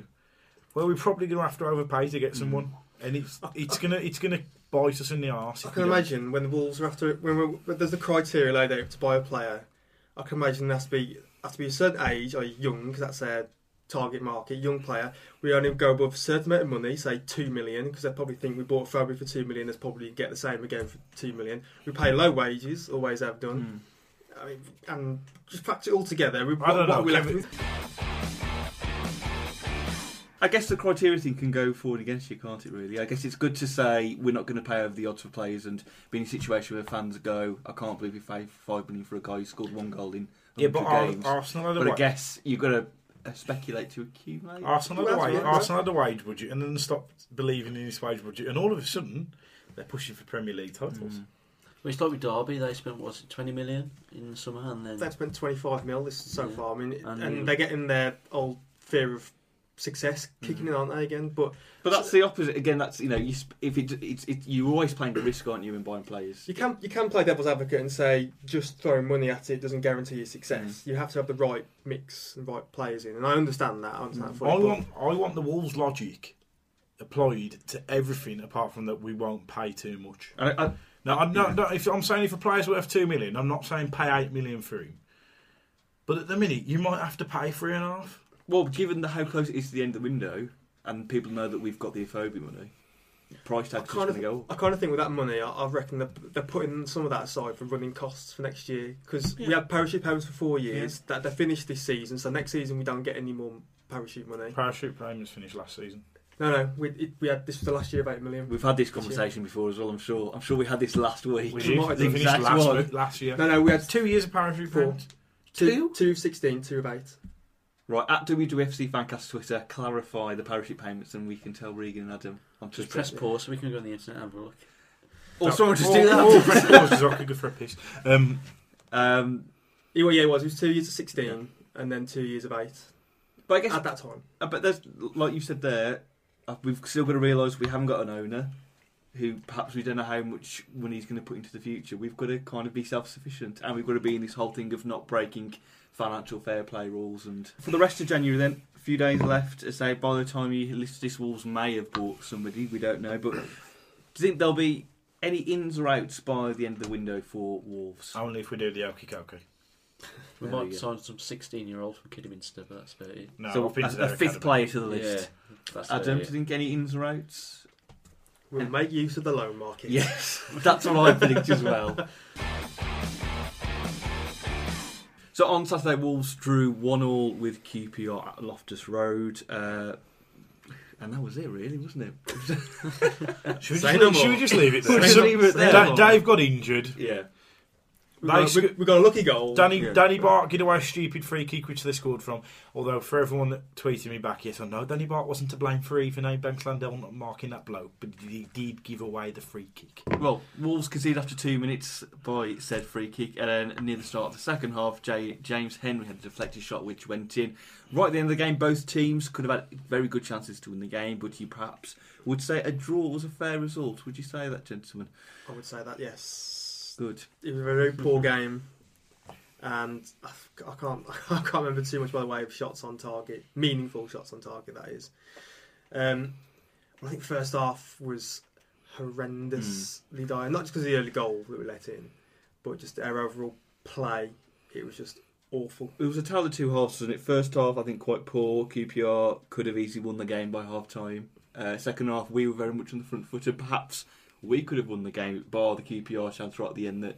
[SPEAKER 4] where we're probably going to have to overpay to
[SPEAKER 3] Hmm.
[SPEAKER 4] get someone, and it's it's gonna it's gonna bite us in the arse.
[SPEAKER 3] I
[SPEAKER 4] if
[SPEAKER 3] can
[SPEAKER 4] we don't.
[SPEAKER 3] imagine when the Wolves are after when we're, when there's the criteria laid out to buy a player. I can imagine there has to be has to be a certain age or young because that's their target market. Young player. We only go above a certain amount of money, say two million, because they probably think we bought Fabry for two million. There's probably get the same again for two million. We pay low wages, always have done.
[SPEAKER 1] Mm.
[SPEAKER 3] I mean, and just packed it all together. We,
[SPEAKER 4] Hmm. I don't
[SPEAKER 3] what,
[SPEAKER 4] know,
[SPEAKER 3] what we left
[SPEAKER 4] Kevin.
[SPEAKER 3] with.
[SPEAKER 1] I guess the criteria thing can go forward against you, can't it? Really, I guess it's good to say we're not going to pay over the odds for players, and be in a situation where fans go, "I can't believe we paid five million for a guy who scored one goal in
[SPEAKER 4] Yeah,
[SPEAKER 1] 100
[SPEAKER 4] but Ar-
[SPEAKER 1] games."
[SPEAKER 4] Arsenal had a
[SPEAKER 1] but I
[SPEAKER 4] wage,
[SPEAKER 1] guess you've got to uh, speculate to accumulate.
[SPEAKER 4] Arsenal had a
[SPEAKER 3] Well, that's
[SPEAKER 4] wage,
[SPEAKER 3] right.
[SPEAKER 4] Arsenal had a wage budget, and then stopped believing in his wage budget, and all of a sudden they're pushing for Premier League
[SPEAKER 3] Hmm.
[SPEAKER 4] titles.
[SPEAKER 5] Well, it's like with Derby, they spent what was it, 20 million in the summer, and then
[SPEAKER 3] They've spent 25 mil this so
[SPEAKER 5] Yeah.
[SPEAKER 3] far. I mean,
[SPEAKER 5] And
[SPEAKER 3] and,
[SPEAKER 5] you-
[SPEAKER 3] they're getting their old fear of success
[SPEAKER 4] Hmm.
[SPEAKER 3] kicking in, aren't they? Again, but
[SPEAKER 1] But that's the opposite. Again, that's you know, you sp- if it, it's it, you're always playing the risk, aren't you, in buying players?
[SPEAKER 3] you can you can play devil's advocate and say just throwing money at it doesn't guarantee you
[SPEAKER 1] Mm.
[SPEAKER 3] success. You have to have the right mix and right players in, and I understand that. I
[SPEAKER 1] Mm.
[SPEAKER 3] understand that
[SPEAKER 4] I
[SPEAKER 3] fully.
[SPEAKER 4] want I want the Wolves' logic applied to everything apart from that we won't pay too much.
[SPEAKER 1] And I, I,
[SPEAKER 4] No, I'm not, no, if I'm saying if a player's worth two million, I'm not saying pay eight million for him. But at the minute, you might have to pay three and a half.
[SPEAKER 1] well, given the, how close it is to the end of the window, and people know that we've got the Aphobia money, price tag's just going
[SPEAKER 3] kind of-
[SPEAKER 1] to go up.
[SPEAKER 3] I kind of think with that money, I, I reckon they're, they're putting some of that aside for running costs for next year because we
[SPEAKER 1] Yeah.
[SPEAKER 3] had parachute payments for four years that they finished this season. So next season we don't get any more parachute money.
[SPEAKER 4] Parachute payments finished last season.
[SPEAKER 3] No, no, we it, we had this was the last year of eight million.
[SPEAKER 1] We've had this conversation before as well. I'm sure. I'm sure we had this last week.
[SPEAKER 4] We
[SPEAKER 3] did.
[SPEAKER 4] did.
[SPEAKER 3] might have
[SPEAKER 4] They
[SPEAKER 3] done
[SPEAKER 4] finished
[SPEAKER 1] exact
[SPEAKER 4] last,
[SPEAKER 1] one.
[SPEAKER 4] week- last year.
[SPEAKER 3] No, no, we had
[SPEAKER 4] Two years of parachute
[SPEAKER 3] Four.
[SPEAKER 4] payments.
[SPEAKER 3] two, two of sixteen, two of eight.
[SPEAKER 1] Right at WWFC fancast Twitter, clarify the parachute payments, and we can tell Regan and Adam on Twitter.
[SPEAKER 5] Just press pause so we can go on the internet and have a look.
[SPEAKER 1] Or someone just
[SPEAKER 4] Oh,
[SPEAKER 1] do
[SPEAKER 4] oh,
[SPEAKER 1] that.
[SPEAKER 4] press pause is awkward, good for a piss. Um,
[SPEAKER 1] Um,
[SPEAKER 3] Yeah, well, yeah, it was. It was two years of sixteen and then two years of eight
[SPEAKER 1] but I guess
[SPEAKER 3] at that time.
[SPEAKER 1] Uh, But there's, like you said there, uh, we've still got to realise we haven't got an owner who perhaps we don't know how much money he's going to put into the future. We've got to kind of be self sufficient and we've got to be in this whole thing of not breaking financial fair play rules. And for the rest of January, then, a few days left, as I say, by the time you list this, Wolves may have bought somebody, we don't know. But do you think there'll be any ins or outs by the end of the window for Wolves?
[SPEAKER 4] only if we do the okie cokie.
[SPEAKER 1] There we
[SPEAKER 5] We might
[SPEAKER 1] go.
[SPEAKER 5] sign some 16 year old from Kidderminster, but that's about it.
[SPEAKER 4] No,
[SPEAKER 1] so
[SPEAKER 4] I've been
[SPEAKER 1] a,
[SPEAKER 4] to
[SPEAKER 1] a
[SPEAKER 4] their
[SPEAKER 1] fifth
[SPEAKER 4] academy.
[SPEAKER 1] player to the list.
[SPEAKER 5] Yeah, that's
[SPEAKER 1] Adam, do you
[SPEAKER 5] about it.
[SPEAKER 1] think any ins or outs?
[SPEAKER 3] We'll make use of the loan market.
[SPEAKER 1] Yes, that's what I predict as well. So on Saturday, Wolves drew one all with QPR at Loftus Road, uh, and that was it, really, wasn't it?
[SPEAKER 4] Should we,
[SPEAKER 3] Say
[SPEAKER 4] just,
[SPEAKER 3] no
[SPEAKER 4] leave, should
[SPEAKER 3] more.
[SPEAKER 4] we just leave it there?
[SPEAKER 1] Just
[SPEAKER 4] So-
[SPEAKER 1] leave it there.
[SPEAKER 4] Da- Dave got injured.
[SPEAKER 1] Yeah,
[SPEAKER 3] we got,
[SPEAKER 4] Nice.
[SPEAKER 3] we, we got a lucky goal.
[SPEAKER 4] Danny
[SPEAKER 1] Yeah.
[SPEAKER 4] Danny Bart gave away a stupid free kick which they scored from. Although for everyone that tweeted me back, yes or no, Danny Bart wasn't to blame for even a Ben Slandell not marking that bloke, but he did give away the free kick.
[SPEAKER 1] well, Wolves conceded after two minutes by said free kick, and then near the start of the second half, J- James Henry had a deflected shot which went in. Right at the end of the game, both teams could have had very good chances to win the game, but you perhaps would say a draw was a fair result. Would you say that, gentlemen?
[SPEAKER 3] I would say that yes.
[SPEAKER 1] Good.
[SPEAKER 3] It was a very poor game, and I f- I can't I can't remember too much by the way of shots on target, meaningful shots on target that is. Um, I think first half was
[SPEAKER 5] Hmm.
[SPEAKER 3] horrendously dire, not just because of the early goal that we let in, but just our overall play. It was just awful.
[SPEAKER 1] It was a tale of two halves, wasn't it? First half, I think quite poor. QPR could have easily won the game by half time. Uh, second half, we were very much on the front foot, and perhaps we could have won the game, bar the QPR chance right at the end that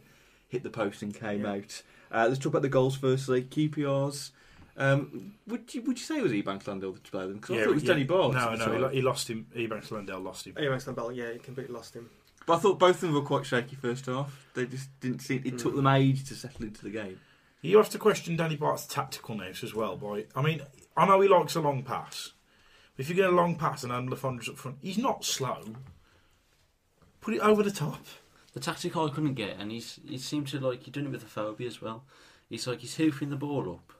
[SPEAKER 1] hit the post and came
[SPEAKER 3] Yeah.
[SPEAKER 1] out. Uh, let's talk about the goals firstly. QPR's. Um, would you would you say it was Ebank Landell that played them? Because I thought it was Danny Bart. at
[SPEAKER 4] No,
[SPEAKER 1] the
[SPEAKER 4] no, he,
[SPEAKER 1] time.
[SPEAKER 4] lo- he lost him. Eban Slandell lost him.
[SPEAKER 3] Anyway, Stan Bell, yeah, he completely lost him.
[SPEAKER 1] but I thought both of them were quite shaky first half. They just didn't seem. It took
[SPEAKER 3] Mm.
[SPEAKER 1] them ages to settle into the game.
[SPEAKER 4] You have to question Danny Bart's tacticalness as well, boy. I mean, I know he likes a long pass. If you get a long pass and Adam Lafondra's up front, he's not slow. Put it over the top.
[SPEAKER 5] The tactic I couldn't get, and he's he seemed to like he's doing it with the phobia as well. He's like he's hoofing the ball up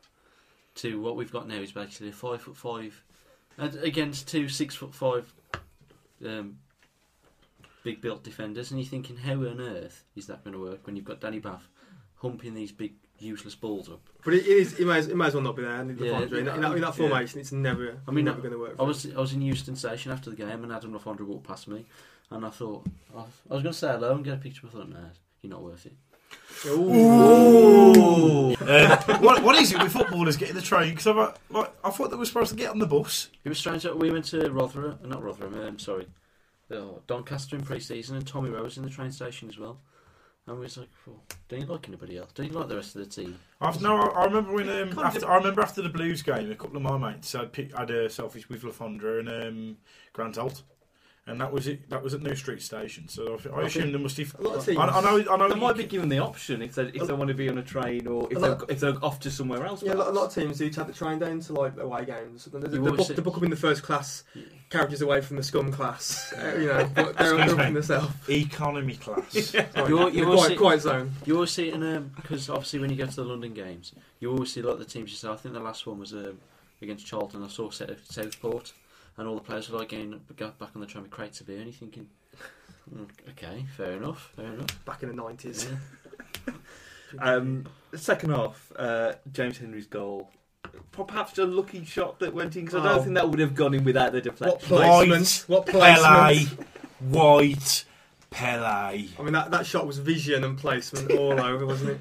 [SPEAKER 5] to what we've got now is basically a five foot five and against two six foot five um, big built defenders, and you're thinking how on earth is that going to work when you've got Danny Bath humping these big useless balls up?
[SPEAKER 3] But it is it may, as, it may as well not be there. and the
[SPEAKER 5] Yeah,
[SPEAKER 3] Fondra, in, that- in that, in
[SPEAKER 5] yeah.
[SPEAKER 3] that formation, it's never.
[SPEAKER 5] I mean,
[SPEAKER 3] never going to work.
[SPEAKER 5] I
[SPEAKER 3] for us.
[SPEAKER 5] was I was in Euston Station after the game, and Adam Lafondra walked past me, and I thought I, I was going to say hello and get a picture. But I thought, nah, you're not worth it.
[SPEAKER 4] Uh, what, what is it with footballers getting the train? Because I, like, I thought they were supposed to get on the bus.
[SPEAKER 5] It was strange that we went to Rotherham, not Rotherham, um, sorry, uh, Doncaster in pre-season, and Tommy Rowe was in the train station as well. And we was like, oh, don't you like anybody else? Don't you like the rest of the team?
[SPEAKER 4] I've, no, I, I remember when um, after, I remember after the Blues game, a couple of my mates had, pic- had a selfies with Lafondra and um, Grant Holt, and that was it. That was at New Street Station. So I, I assume they must have.
[SPEAKER 3] A lot of
[SPEAKER 4] I,
[SPEAKER 3] teams.
[SPEAKER 4] I know. I know.
[SPEAKER 1] They
[SPEAKER 4] you
[SPEAKER 1] might be
[SPEAKER 4] can-
[SPEAKER 1] given the option if they if they want to be on a train or if
[SPEAKER 3] A
[SPEAKER 1] they're
[SPEAKER 3] lot-
[SPEAKER 1] if they're off to somewhere else.
[SPEAKER 3] Yeah, a lot, a
[SPEAKER 1] perhaps.
[SPEAKER 3] lot of teams do take the train down to like away games. They, they,
[SPEAKER 5] You
[SPEAKER 3] book,
[SPEAKER 5] always
[SPEAKER 3] they
[SPEAKER 5] see-
[SPEAKER 3] book up in the first class, carriages away from the scum class. uh, you know, but they're
[SPEAKER 4] Excuse
[SPEAKER 3] they're up
[SPEAKER 4] me.
[SPEAKER 3] in the self.
[SPEAKER 4] economy class.
[SPEAKER 3] Sorry,
[SPEAKER 5] You al-
[SPEAKER 3] the
[SPEAKER 5] you always
[SPEAKER 3] quiet,
[SPEAKER 5] see-
[SPEAKER 3] quiet zone.
[SPEAKER 5] You always see it in, because obviously when you go to the London games, you always see like the teams you saw. I think the last one was um, against Charlton. I saw set Southport, and all the players were like getting got back on the train with crates of beer, and you're thinking, "Mm, okay, fair enough, fair enough.
[SPEAKER 3] Back in the nineties.
[SPEAKER 5] Yeah.
[SPEAKER 1] Um, the second half, uh, James Henry's goal. Perhaps a lucky shot that went in because I don't
[SPEAKER 3] Oh.
[SPEAKER 1] think that would have gone in without the
[SPEAKER 3] What
[SPEAKER 1] deflection.
[SPEAKER 4] White,
[SPEAKER 3] placement? What
[SPEAKER 4] Pele,
[SPEAKER 3] placement?
[SPEAKER 4] White, Pele.
[SPEAKER 3] I mean, that, that shot was vision and placement all over, wasn't it?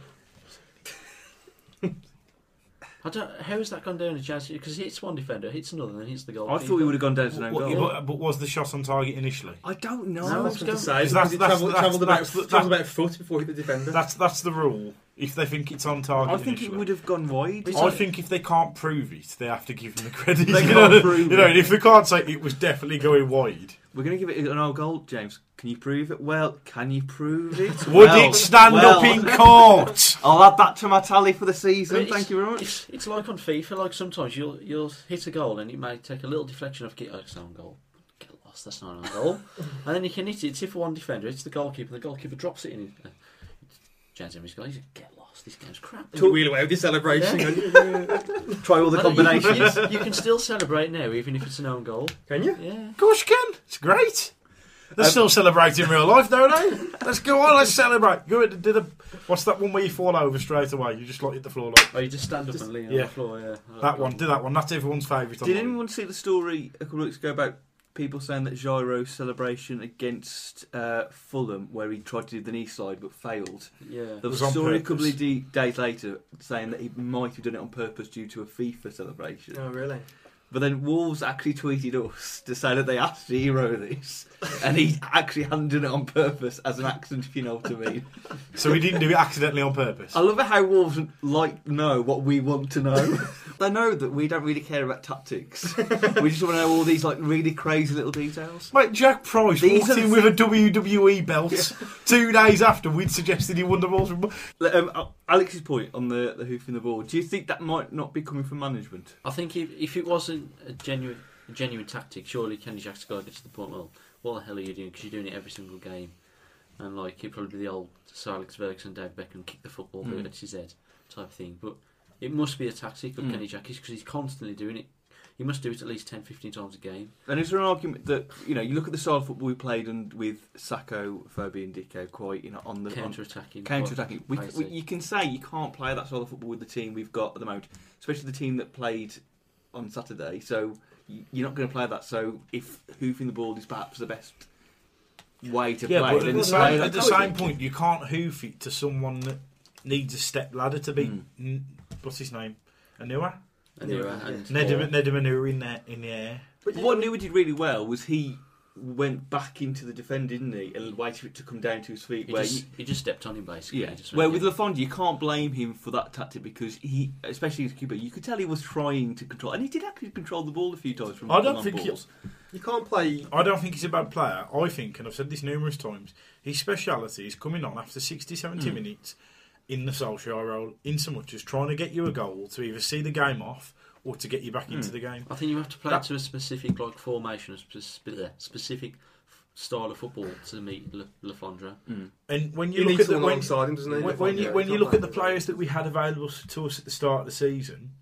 [SPEAKER 5] I don't. How has that gone down to Jazz? Because he hits one defender, hits another, and hits the goal.
[SPEAKER 1] I thought he would have gone down to an own
[SPEAKER 4] What-
[SPEAKER 1] goal.
[SPEAKER 4] but, but was the shot on target initially?
[SPEAKER 1] I don't know.
[SPEAKER 5] No,
[SPEAKER 3] That's
[SPEAKER 5] it's
[SPEAKER 3] what to
[SPEAKER 5] gone-
[SPEAKER 3] say.
[SPEAKER 4] Is
[SPEAKER 3] because
[SPEAKER 4] that-
[SPEAKER 3] He
[SPEAKER 4] that's-
[SPEAKER 3] travelled
[SPEAKER 4] that's-
[SPEAKER 3] travelled about
[SPEAKER 4] that's the-
[SPEAKER 3] travelled about a foot before he hit the defender.
[SPEAKER 4] That's that's the rule. If they think it's on target,
[SPEAKER 1] I think it
[SPEAKER 4] initially.
[SPEAKER 1] would have gone wide.
[SPEAKER 4] I think if they can't prove it, they have to give them the credit.
[SPEAKER 1] They
[SPEAKER 4] you
[SPEAKER 1] can't
[SPEAKER 4] know,
[SPEAKER 1] prove
[SPEAKER 4] you know,
[SPEAKER 1] it.
[SPEAKER 4] and if they can't say it was definitely going wide,
[SPEAKER 1] We're going to give it an own goal, James. Can you prove it? Well, can you prove it?
[SPEAKER 4] would
[SPEAKER 1] Well,
[SPEAKER 4] it stand
[SPEAKER 1] well.
[SPEAKER 4] up in court?
[SPEAKER 1] I'll add that to my tally for the season.
[SPEAKER 5] It's-
[SPEAKER 1] Thank you very much.
[SPEAKER 5] It's, it's like on FIFA. Like sometimes you'll you'll hit a goal and it may take a little deflection off. Get oh, it's not on goal. Get lost. That's not on goal. and then you can hit it. It's if one defender hits the goalkeeper, and the goalkeeper drops it in. Uh, James Emery's goal. He's like, get lost. This game's crap.
[SPEAKER 3] Took wheel away with the celebration.
[SPEAKER 1] Try all the
[SPEAKER 5] I don't- you can-
[SPEAKER 1] combinations.
[SPEAKER 5] You, can still celebrate now, even if it's an own goal.
[SPEAKER 3] Can you?
[SPEAKER 5] Yeah.
[SPEAKER 4] Of course you can. It's great.
[SPEAKER 1] Um,
[SPEAKER 4] They still celebrate in real life, don't they? Let's go on. Let's celebrate. Go and did a, what's that one where you fall over straight away? You just like hit the floor like
[SPEAKER 5] Oh, you just stand up and lean on
[SPEAKER 4] yeah.
[SPEAKER 5] the floor. Yeah.
[SPEAKER 4] that one. Do that one. That's everyone's favourite.
[SPEAKER 1] Did
[SPEAKER 4] online.
[SPEAKER 1] anyone see the story a couple of weeks ago about people saying that Giro's celebration against uh, Fulham, where he tried to do the knee slide but failed?
[SPEAKER 5] Yeah.
[SPEAKER 1] There was,
[SPEAKER 4] was on
[SPEAKER 1] a story a
[SPEAKER 4] purpose.
[SPEAKER 1] couple of de- days later saying that he might have done it on purpose due to a FIFA celebration.
[SPEAKER 3] Oh, really?
[SPEAKER 1] But then Wolves actually tweeted us to say that they asked Giro this, and he actually hadn't done it on purpose as an accident, if you know what I mean.
[SPEAKER 4] So we didn't do it accidentally on purpose.
[SPEAKER 1] I love it how Wolves like know what we want to know. they know that we don't really care about tactics. we just want to know all these like really crazy little details.
[SPEAKER 4] Mate, Jack Price
[SPEAKER 1] These are
[SPEAKER 4] walked
[SPEAKER 1] the
[SPEAKER 4] in with a WWE belt two days after we'd suggested he won the balls from.
[SPEAKER 1] Um, Al- Alex's point on the the hoof in the ball. Do you think that might not be coming from management?
[SPEAKER 5] I think if, if it wasn't a genuine a genuine tactic, surely Kenny Jackson got to the point. Well, what the hell are you doing? Because you're doing it every single game, and like it'd probably be the old Sir Alex Ferguson, Dave Beckham, kick the football
[SPEAKER 1] Mm.
[SPEAKER 5] mm. at his head type thing. But it must be a tactic of
[SPEAKER 1] Mm.
[SPEAKER 5] Kenny Jackson because he's constantly doing it. He must do it at least 10, 15 times a game.
[SPEAKER 1] And is there an argument that you know you look at the style of football we played and with Sacco, Furby, and Dico quite you know on the on-
[SPEAKER 5] Counter attacking.
[SPEAKER 1] counter attacking. We,
[SPEAKER 5] I
[SPEAKER 1] we,
[SPEAKER 5] see.
[SPEAKER 1] you can say you can't play that sort of football with the team we've got at the moment, especially the team that played on Saturday. So y- you're not going to play that. So if hoofing the ball is perhaps the best way to play, then
[SPEAKER 4] but at the,
[SPEAKER 1] play
[SPEAKER 4] same,
[SPEAKER 1] that
[SPEAKER 4] at the
[SPEAKER 1] tactic.
[SPEAKER 4] same point, you can't hoof it to someone that needs a step ladder to beat. n- What's his name? Anua?
[SPEAKER 5] And they were-
[SPEAKER 3] Yeah.
[SPEAKER 5] and-
[SPEAKER 4] Nedim Anua in the in the air.
[SPEAKER 3] But
[SPEAKER 1] But what Nua did really well was he went back into the defend, didn't he, and waited for it to come down to his feet.
[SPEAKER 5] He
[SPEAKER 1] where
[SPEAKER 5] just,
[SPEAKER 1] you-
[SPEAKER 5] he just stepped on him basically.
[SPEAKER 1] yeah,
[SPEAKER 5] He just
[SPEAKER 1] where
[SPEAKER 5] went
[SPEAKER 1] with
[SPEAKER 5] in.
[SPEAKER 1] Lafond you can't blame him for that tactic because he, especially as a keeper, you could tell he was trying to control, and he did actually control the ball a few times from
[SPEAKER 4] I don't
[SPEAKER 1] long
[SPEAKER 4] think he-
[SPEAKER 1] balls.
[SPEAKER 3] You can't play.
[SPEAKER 4] I don't think he's a bad player. I think, and I've said this numerous times, his speciality is coming on after 60, 70 minutes in the Solskjaer role, in so much as trying to get you a goal to either see the game off or to get you back into the game.
[SPEAKER 5] I think you have to play
[SPEAKER 4] That-
[SPEAKER 5] to a specific like formation, a spe- spe- uh, specific f- style of football to meet Le- Lafondra.
[SPEAKER 4] Mm. And when you
[SPEAKER 3] You
[SPEAKER 4] look
[SPEAKER 3] need
[SPEAKER 4] at the
[SPEAKER 3] someone
[SPEAKER 4] when,
[SPEAKER 3] alongside him, doesn't he?
[SPEAKER 4] when, when you when you look at the players that we had available to us at the start of the season,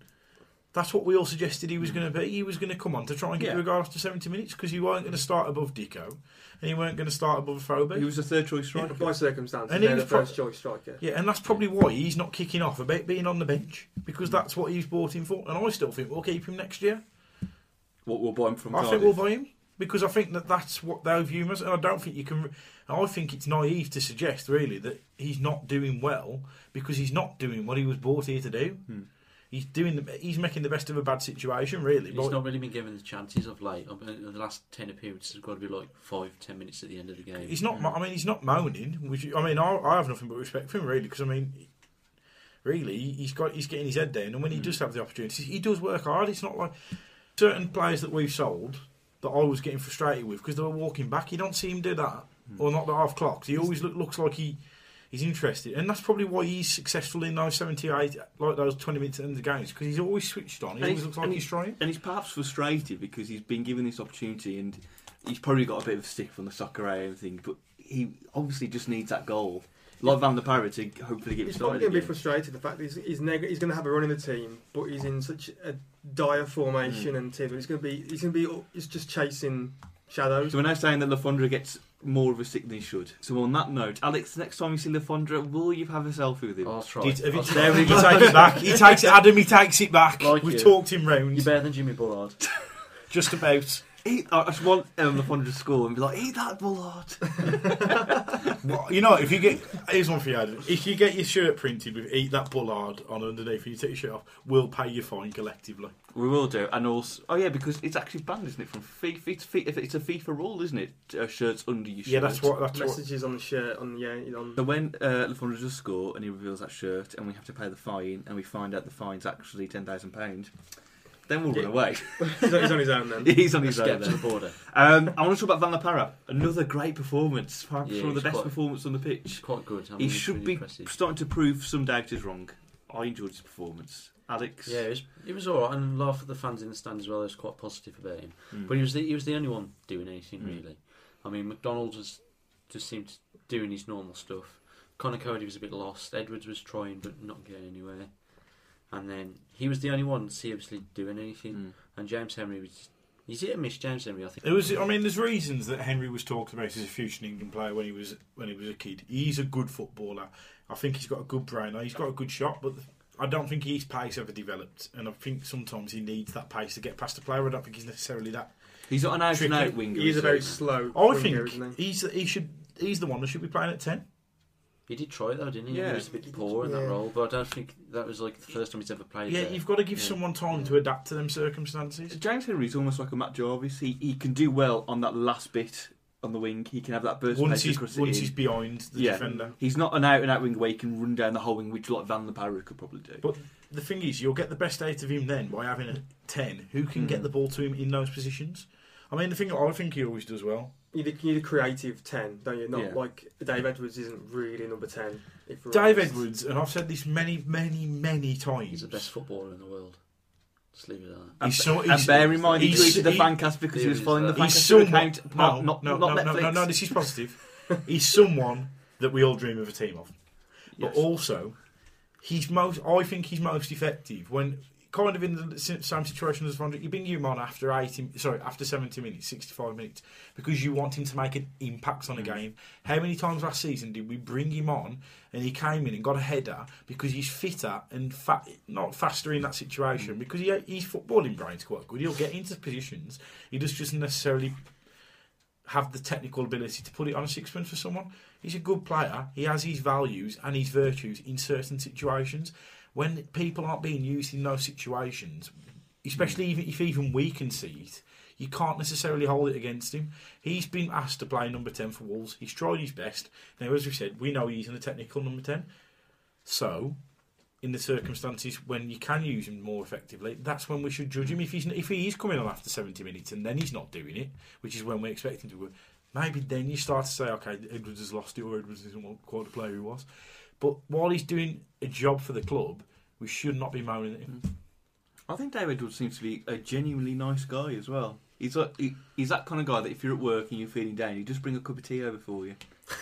[SPEAKER 4] that's what we all suggested he was going to be. He was going to come on to try and get
[SPEAKER 1] Yeah.
[SPEAKER 4] you a goal after seventy minutes because you weren't going to start above Dico, and you weren't going to start above Phobe.
[SPEAKER 1] He was a third choice striker.
[SPEAKER 3] by circumstances,
[SPEAKER 4] And he
[SPEAKER 3] they're
[SPEAKER 4] was
[SPEAKER 3] the first choice striker.
[SPEAKER 4] Yeah, and that's probably why he's not kicking off about being on the bench because that's what he's bought him for. And I still think we'll keep him next year.
[SPEAKER 1] What we'll buy him from
[SPEAKER 4] I
[SPEAKER 1] Cardiff.
[SPEAKER 4] think we'll buy him because I think that that's what they'll view him as. And I don't think you can. I think it's naive to suggest really that he's not doing well because he's not doing what he was bought here to do.
[SPEAKER 1] Hmm.
[SPEAKER 4] He's doing. The, he's making the best of a bad situation, really.
[SPEAKER 5] He's
[SPEAKER 4] but-
[SPEAKER 5] not really been given the chances of late. Um, uh, The last ten appearances have got to be like five, ten minutes at the end of the game.
[SPEAKER 4] He's not. mo- I mean, he's not moaning. Which I mean, I, I have nothing but respect for him, really, because I mean, really, he's got he's getting his head down, and when he does have the opportunities, he does work hard. It's not like certain players that we've sold that I was getting frustrated with because they were walking back. You don't see him do that, or not the half clocks. He always look, looks like he. He's interested, and that's probably why he's successful in those seventy-eight, like those twenty minutes at the end of the games, because he's always switched on. He
[SPEAKER 1] And
[SPEAKER 4] always
[SPEAKER 1] he's-
[SPEAKER 4] looks like
[SPEAKER 1] and
[SPEAKER 4] he's trying.
[SPEAKER 1] And he's perhaps frustrated because he's been given this opportunity and he's probably got a bit of stick from the soccer and everything, but he obviously just needs that goal. Like Van der Parra to hopefully get him
[SPEAKER 3] He's
[SPEAKER 1] started.
[SPEAKER 3] probably going to be
[SPEAKER 1] again.
[SPEAKER 3] frustrated the fact that he's he's, neg- he's going to have a run in the team, but he's in such a dire formation and team. He's going to be he's going to be up- he's just chasing shadows.
[SPEAKER 1] So we're now saying that Lafondra gets more of a stick than he should. So on that note, Alex, next time you see Lafondra, will you have a selfie with him?
[SPEAKER 4] Oh.
[SPEAKER 5] I'll try.
[SPEAKER 4] Did- have you-
[SPEAKER 5] I'll try.
[SPEAKER 4] there he goes, takes it back. He takes it, Adam. He takes it back.
[SPEAKER 5] Like
[SPEAKER 4] We've
[SPEAKER 5] you.
[SPEAKER 4] talked him round.
[SPEAKER 5] You're better than Jimmy Bullard.
[SPEAKER 4] Just about.
[SPEAKER 1] Eat, I just want um, Emma up under school and be like, eat that bullard.
[SPEAKER 4] Well, you know, if you get here's one for you, Adam. If you get your shirt printed with "Eat that Bullard" on underneath, and you take your shirt off, we'll pay your fine collectively.
[SPEAKER 1] We will do, and also, oh yeah, because it's actually banned, isn't it? From FIFA, it's, fi- if it's a FIFA rule, isn't it? Uh, shirts under your shirt.
[SPEAKER 4] Yeah, that's what that's what.
[SPEAKER 3] Messages on the shirt, on yeah, on.
[SPEAKER 1] So when uh, LaFondra does score and he reveals that shirt, and we have to pay the fine, and we find out the fine's actually ten thousand pound, then we'll
[SPEAKER 3] Yeah.
[SPEAKER 1] run away.
[SPEAKER 3] he's, on he's on his own then.
[SPEAKER 1] He's on his own.
[SPEAKER 5] Escape to
[SPEAKER 1] Then.
[SPEAKER 5] the border.
[SPEAKER 1] Um, I want to talk about Vanlapara. Another great performance, perhaps
[SPEAKER 5] Yeah,
[SPEAKER 1] one of the
[SPEAKER 5] he's
[SPEAKER 1] best
[SPEAKER 5] quite-
[SPEAKER 1] performance on the
[SPEAKER 5] It's
[SPEAKER 1] pitch.
[SPEAKER 5] quite good. I mean,
[SPEAKER 1] He
[SPEAKER 5] it's
[SPEAKER 1] should
[SPEAKER 5] really
[SPEAKER 1] be
[SPEAKER 5] impressive.
[SPEAKER 1] starting to prove some doubters wrong. I enjoyed his performance, Alex.
[SPEAKER 5] Yeah, it was, it was all right, and a lot of the fans in the stand as well. They was quite positive about him,
[SPEAKER 4] Hmm.
[SPEAKER 1] Mm.
[SPEAKER 5] but he was the, he was the only one doing anything
[SPEAKER 1] Mm.
[SPEAKER 5] really. I mean, McDonald was just seemed to doing his normal stuff. Connor Cody was a bit lost. Edwards was trying but not getting anywhere, and then he was the only one seriously doing anything.
[SPEAKER 4] Hmm.
[SPEAKER 1] Mm.
[SPEAKER 5] And James Henry was he's hit and miss. James Henry, I think.
[SPEAKER 4] It was. I mean, there's reasons that Henry was talked about as a future England player when he was when he was a kid. He's a good footballer. I think he's got a good brain. He's got a good shot, but I don't think his pace ever developed. And I think sometimes he needs that pace to get past the player. I don't think he's necessarily that.
[SPEAKER 1] He's not an out and
[SPEAKER 4] Tricky.
[SPEAKER 1] out winger.
[SPEAKER 3] He is a
[SPEAKER 1] he?
[SPEAKER 3] very slow.
[SPEAKER 4] I
[SPEAKER 3] winger,
[SPEAKER 4] think
[SPEAKER 3] isn't he?
[SPEAKER 4] he's he should he's the one that should be playing at ten.
[SPEAKER 5] He did try it though, didn't he?
[SPEAKER 1] Yeah.
[SPEAKER 5] He was a bit poor in that
[SPEAKER 3] Yeah.
[SPEAKER 5] role, but I don't think that was like the first time he's ever played.
[SPEAKER 4] Yeah,
[SPEAKER 5] there.
[SPEAKER 4] you've got to give
[SPEAKER 5] Yeah.
[SPEAKER 4] someone time to adapt to them circumstances.
[SPEAKER 1] James Henry's almost like a Matt Jarvis. He he can do well on that last bit on the wing. He can have that burst
[SPEAKER 4] Once
[SPEAKER 1] pace
[SPEAKER 4] he's
[SPEAKER 1] across it
[SPEAKER 4] once
[SPEAKER 1] in.
[SPEAKER 4] he's behind the
[SPEAKER 1] Yeah.
[SPEAKER 4] defender.
[SPEAKER 1] He's not an out and out winger where he can run down the whole wing, which like Van Leparra could probably do.
[SPEAKER 4] But- The thing is, you'll get the best out of him then by having a ten who can
[SPEAKER 1] Mhm.
[SPEAKER 4] get the ball to him in those positions. I mean, the thing I think he always does well.
[SPEAKER 3] You need, you need a creative ten, don't you? Not
[SPEAKER 1] Yeah.
[SPEAKER 3] like Dave Edwards isn't really number ten. If we're
[SPEAKER 4] Dave
[SPEAKER 3] honest.
[SPEAKER 4] Edwards, and I've said this many, many, many times.
[SPEAKER 5] He's the best footballer in the world. Just leave it at that.
[SPEAKER 4] He's so-
[SPEAKER 1] and
[SPEAKER 4] he's-
[SPEAKER 1] bear in mind, he
[SPEAKER 4] he's-
[SPEAKER 1] tweeted the
[SPEAKER 4] he-
[SPEAKER 1] fancast because he was
[SPEAKER 5] he's,
[SPEAKER 1] following the
[SPEAKER 5] uh,
[SPEAKER 1] fancast
[SPEAKER 4] He's
[SPEAKER 1] Twitter
[SPEAKER 4] someone.
[SPEAKER 1] account,
[SPEAKER 4] No,
[SPEAKER 1] not,
[SPEAKER 4] no,
[SPEAKER 1] not
[SPEAKER 4] no, no,
[SPEAKER 1] Netflix.
[SPEAKER 4] no, no, This is positive. he's someone that we all dream of a team of, but
[SPEAKER 1] Yes.
[SPEAKER 4] also he's most. I think he's most effective when kind of in the si- same situation as Vondra. You bring him on after eighty, sorry, after seventy minutes, sixty-five minutes, because you want him to make an impact on a game. How many times last season did we bring him on and he came in and got a header because he's fitter and fa- not faster in that situation because he his footballing brain's quite good. He'll get into positions. He does just necessarily have the technical ability to put it on a sixpence for someone. He's a good player. He has his values and his virtues in certain situations. When people aren't being used in those situations, especially even if even we can see it, you can't necessarily hold it against him. He's been asked to play number ten for Wolves. He's tried his best. Now, as we said, we know he's in the technical number ten. So, in the circumstances when you can use him more effectively, that's when we should judge him. If he's if he is coming on after seventy minutes and then he's not doing it, which is when we expect him to. Maybe then you start to say, okay, Edwards has lost it, or Edwards isn't quite the player he was. But while he's doing a job for the club, we should not be moaning at him.
[SPEAKER 1] I think Dave Edwards seems to be a genuinely nice guy as well. He's like, he, he's that kind of guy that if you're at work and you're feeling down, you just bring a cup of tea over for you.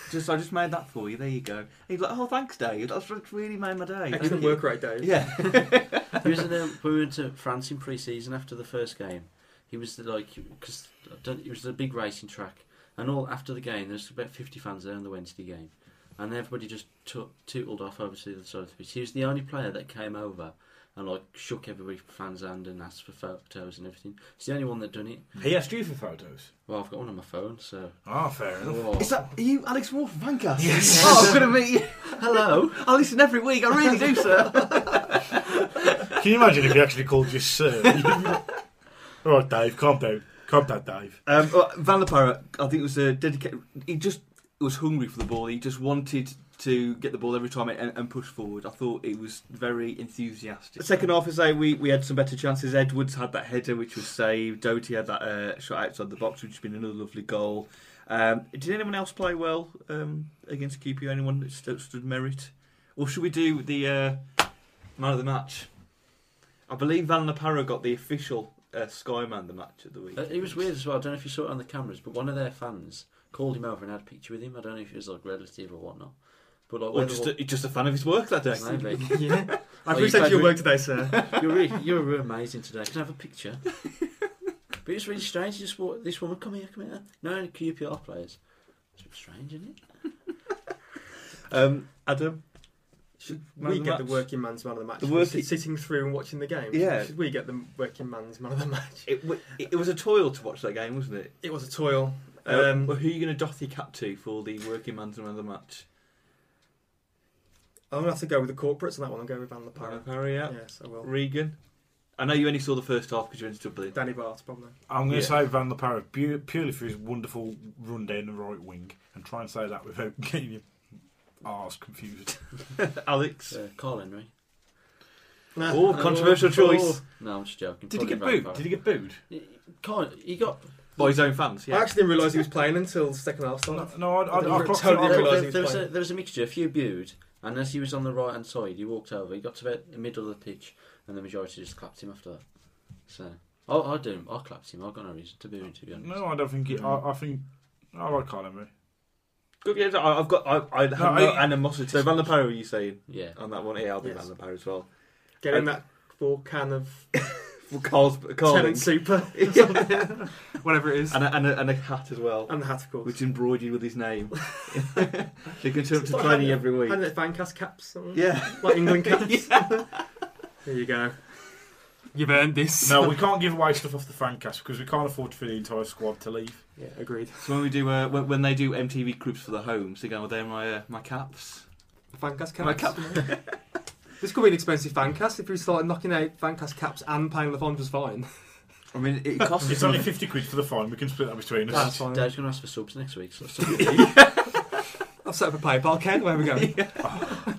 [SPEAKER 1] Just I just made that for you. There you go. And he's like, oh, thanks, Dave. That's that's really made my day.
[SPEAKER 3] Excellent
[SPEAKER 1] Thank
[SPEAKER 3] work rate, Dave.
[SPEAKER 1] You. Yeah.
[SPEAKER 5] he was in, um, we went to France in pre-season after the first game. He was the, like because it was a big racing track, and all after the game there was about fifty fans there on the Wednesday game, and everybody just took, tootled off over to the other side of the pitch. He was the only player that came over and like shook everybody fans hand and asked for photos and everything. He's the only one that done it.
[SPEAKER 4] Mm-hmm. He asked you for photos.
[SPEAKER 5] Well, I've got one on my phone, so
[SPEAKER 4] Ah, fair enough.
[SPEAKER 5] Oh.
[SPEAKER 1] Is that are you, Alex Moore from Fancast?
[SPEAKER 4] Yes.
[SPEAKER 1] Oh, I'm gonna meet you.
[SPEAKER 5] hello.
[SPEAKER 1] I listen every week. I really do, sir.
[SPEAKER 4] Can you imagine if he actually called you sir? All right, Dave, calm down. Calm down, Dave.
[SPEAKER 1] Um, well, Van Lapara, I think was a dedicated. He just was hungry for the ball. He just wanted to get the ball every time and, and push forward. I thought it was very enthusiastic. Second half, as I say, we, we had some better chances. Edwards had that header which was saved. Doty had that uh, shot outside the box, which has been another lovely goal. Um, did anyone else play well um, against QPR? Anyone that stood, stood merit? Or should we do the uh, man of the match? I believe Van Lapara got the official uh, Sky Man of the match of the week.
[SPEAKER 5] Uh, It was weird as well. I don't know if you saw it on the cameras, but one of their fans called him over and had a picture with him. I don't know if it was like relative or whatnot, but like
[SPEAKER 1] Or
[SPEAKER 5] when
[SPEAKER 1] just
[SPEAKER 5] they
[SPEAKER 1] a, just a fan of his work that day.
[SPEAKER 5] walked- maybe.
[SPEAKER 3] yeah.
[SPEAKER 5] Oh,
[SPEAKER 3] I've
[SPEAKER 5] you
[SPEAKER 3] reset
[SPEAKER 5] played
[SPEAKER 3] your
[SPEAKER 5] with-
[SPEAKER 3] work today, sir.
[SPEAKER 5] You're really, you're really amazing today. Can I have a picture? but it's really strange. Just what this woman, come here, come here. No, any QPR players. It's a bit strange, isn't it?
[SPEAKER 1] Um, Adam,
[SPEAKER 3] Should
[SPEAKER 1] Man
[SPEAKER 3] we
[SPEAKER 1] of the
[SPEAKER 3] get the
[SPEAKER 1] match.
[SPEAKER 3] working man's man of the match?
[SPEAKER 1] The
[SPEAKER 3] for
[SPEAKER 1] working-
[SPEAKER 3] sit- sitting through and watching the game.
[SPEAKER 1] Yeah.
[SPEAKER 3] Should we get the working man's man of the match?
[SPEAKER 1] It, w- it, it was a toil to watch that game, wasn't it?
[SPEAKER 3] It was a toil.
[SPEAKER 1] Um,
[SPEAKER 3] Um,
[SPEAKER 1] who are you going to doth your cap to for the working man's man of the match?
[SPEAKER 3] I'm gonna have to go with the corporates on that one. I'll go with Van Lapara.
[SPEAKER 1] Parry, yeah.
[SPEAKER 3] Yes, I will.
[SPEAKER 1] Regan. I know you only saw the first half because you went to Dublin.
[SPEAKER 3] Danny Bart probably.
[SPEAKER 4] I'm going
[SPEAKER 1] Yeah.
[SPEAKER 4] to say Van La Parra pu- purely for his wonderful run down the right wing and try and say that without getting your arse confused.
[SPEAKER 1] Alex.
[SPEAKER 5] Uh, Carl Henry.
[SPEAKER 1] Oh, controversial choice.
[SPEAKER 5] No, I'm just joking.
[SPEAKER 4] Did he get
[SPEAKER 5] Probably
[SPEAKER 4] booed?
[SPEAKER 5] Van
[SPEAKER 4] Did he get booed?
[SPEAKER 5] Parra. Carl, he got.
[SPEAKER 1] By his own fans,
[SPEAKER 3] I
[SPEAKER 1] yeah.
[SPEAKER 3] actually didn't realise he was playing until second half
[SPEAKER 4] No,
[SPEAKER 3] started.
[SPEAKER 4] no I, I, I,
[SPEAKER 3] They were
[SPEAKER 4] I,
[SPEAKER 3] totally
[SPEAKER 4] I- I-
[SPEAKER 3] realised he
[SPEAKER 5] there,
[SPEAKER 3] was
[SPEAKER 5] there was a,
[SPEAKER 3] playing.
[SPEAKER 5] there was a mixture. A few booed, and as he was on the right hand side, he walked over. He got to about the middle of the pitch, and the majority just clapped him after that. So, I, I do. I clapped him. I've got no reason to boo him, to be honest.
[SPEAKER 4] no, I don't think he. I, I think. I like Carl Emery.
[SPEAKER 1] Good, yeah, I- I've got. I, I have no,
[SPEAKER 4] No, I-
[SPEAKER 1] animosity. So Van La Parra, are you saying
[SPEAKER 5] Yeah.
[SPEAKER 1] on that one? Yeah, I'll be
[SPEAKER 3] Yes.
[SPEAKER 1] Van La Parra as well.
[SPEAKER 3] Getting that full can of
[SPEAKER 1] Well, Carl's, Carl
[SPEAKER 3] tenant
[SPEAKER 1] and,
[SPEAKER 3] super, or something. whatever it is,
[SPEAKER 1] a, and, a, and a hat as well,
[SPEAKER 3] and the hat of course.
[SPEAKER 1] which embroidered with his name. they can turn up to
[SPEAKER 3] It's like
[SPEAKER 1] training
[SPEAKER 3] having-
[SPEAKER 1] every week.
[SPEAKER 3] Had it fan cast caps, or-
[SPEAKER 1] Yeah.
[SPEAKER 3] like England caps. There you go.
[SPEAKER 6] You've earned this.
[SPEAKER 4] No, we can't give away stuff off the fan cast because we can't afford for the entire squad to leave.
[SPEAKER 3] Yeah, agreed.
[SPEAKER 1] So when we do uh, when, when they do MTV clips for the homes, they go, "Well, they're my uh, my caps."
[SPEAKER 3] Fan cast
[SPEAKER 1] My
[SPEAKER 3] caps. this could be an expensive fan cast if we started knocking out fan cast caps and paying Lafond was fine.
[SPEAKER 1] I mean, it costs.
[SPEAKER 4] It's only 50 quid for the fine, we can split that between us.
[SPEAKER 3] That's fine.
[SPEAKER 5] Dave's going to ask for subs next week, so let's
[SPEAKER 3] I've set up a PayPal account. Where are we going?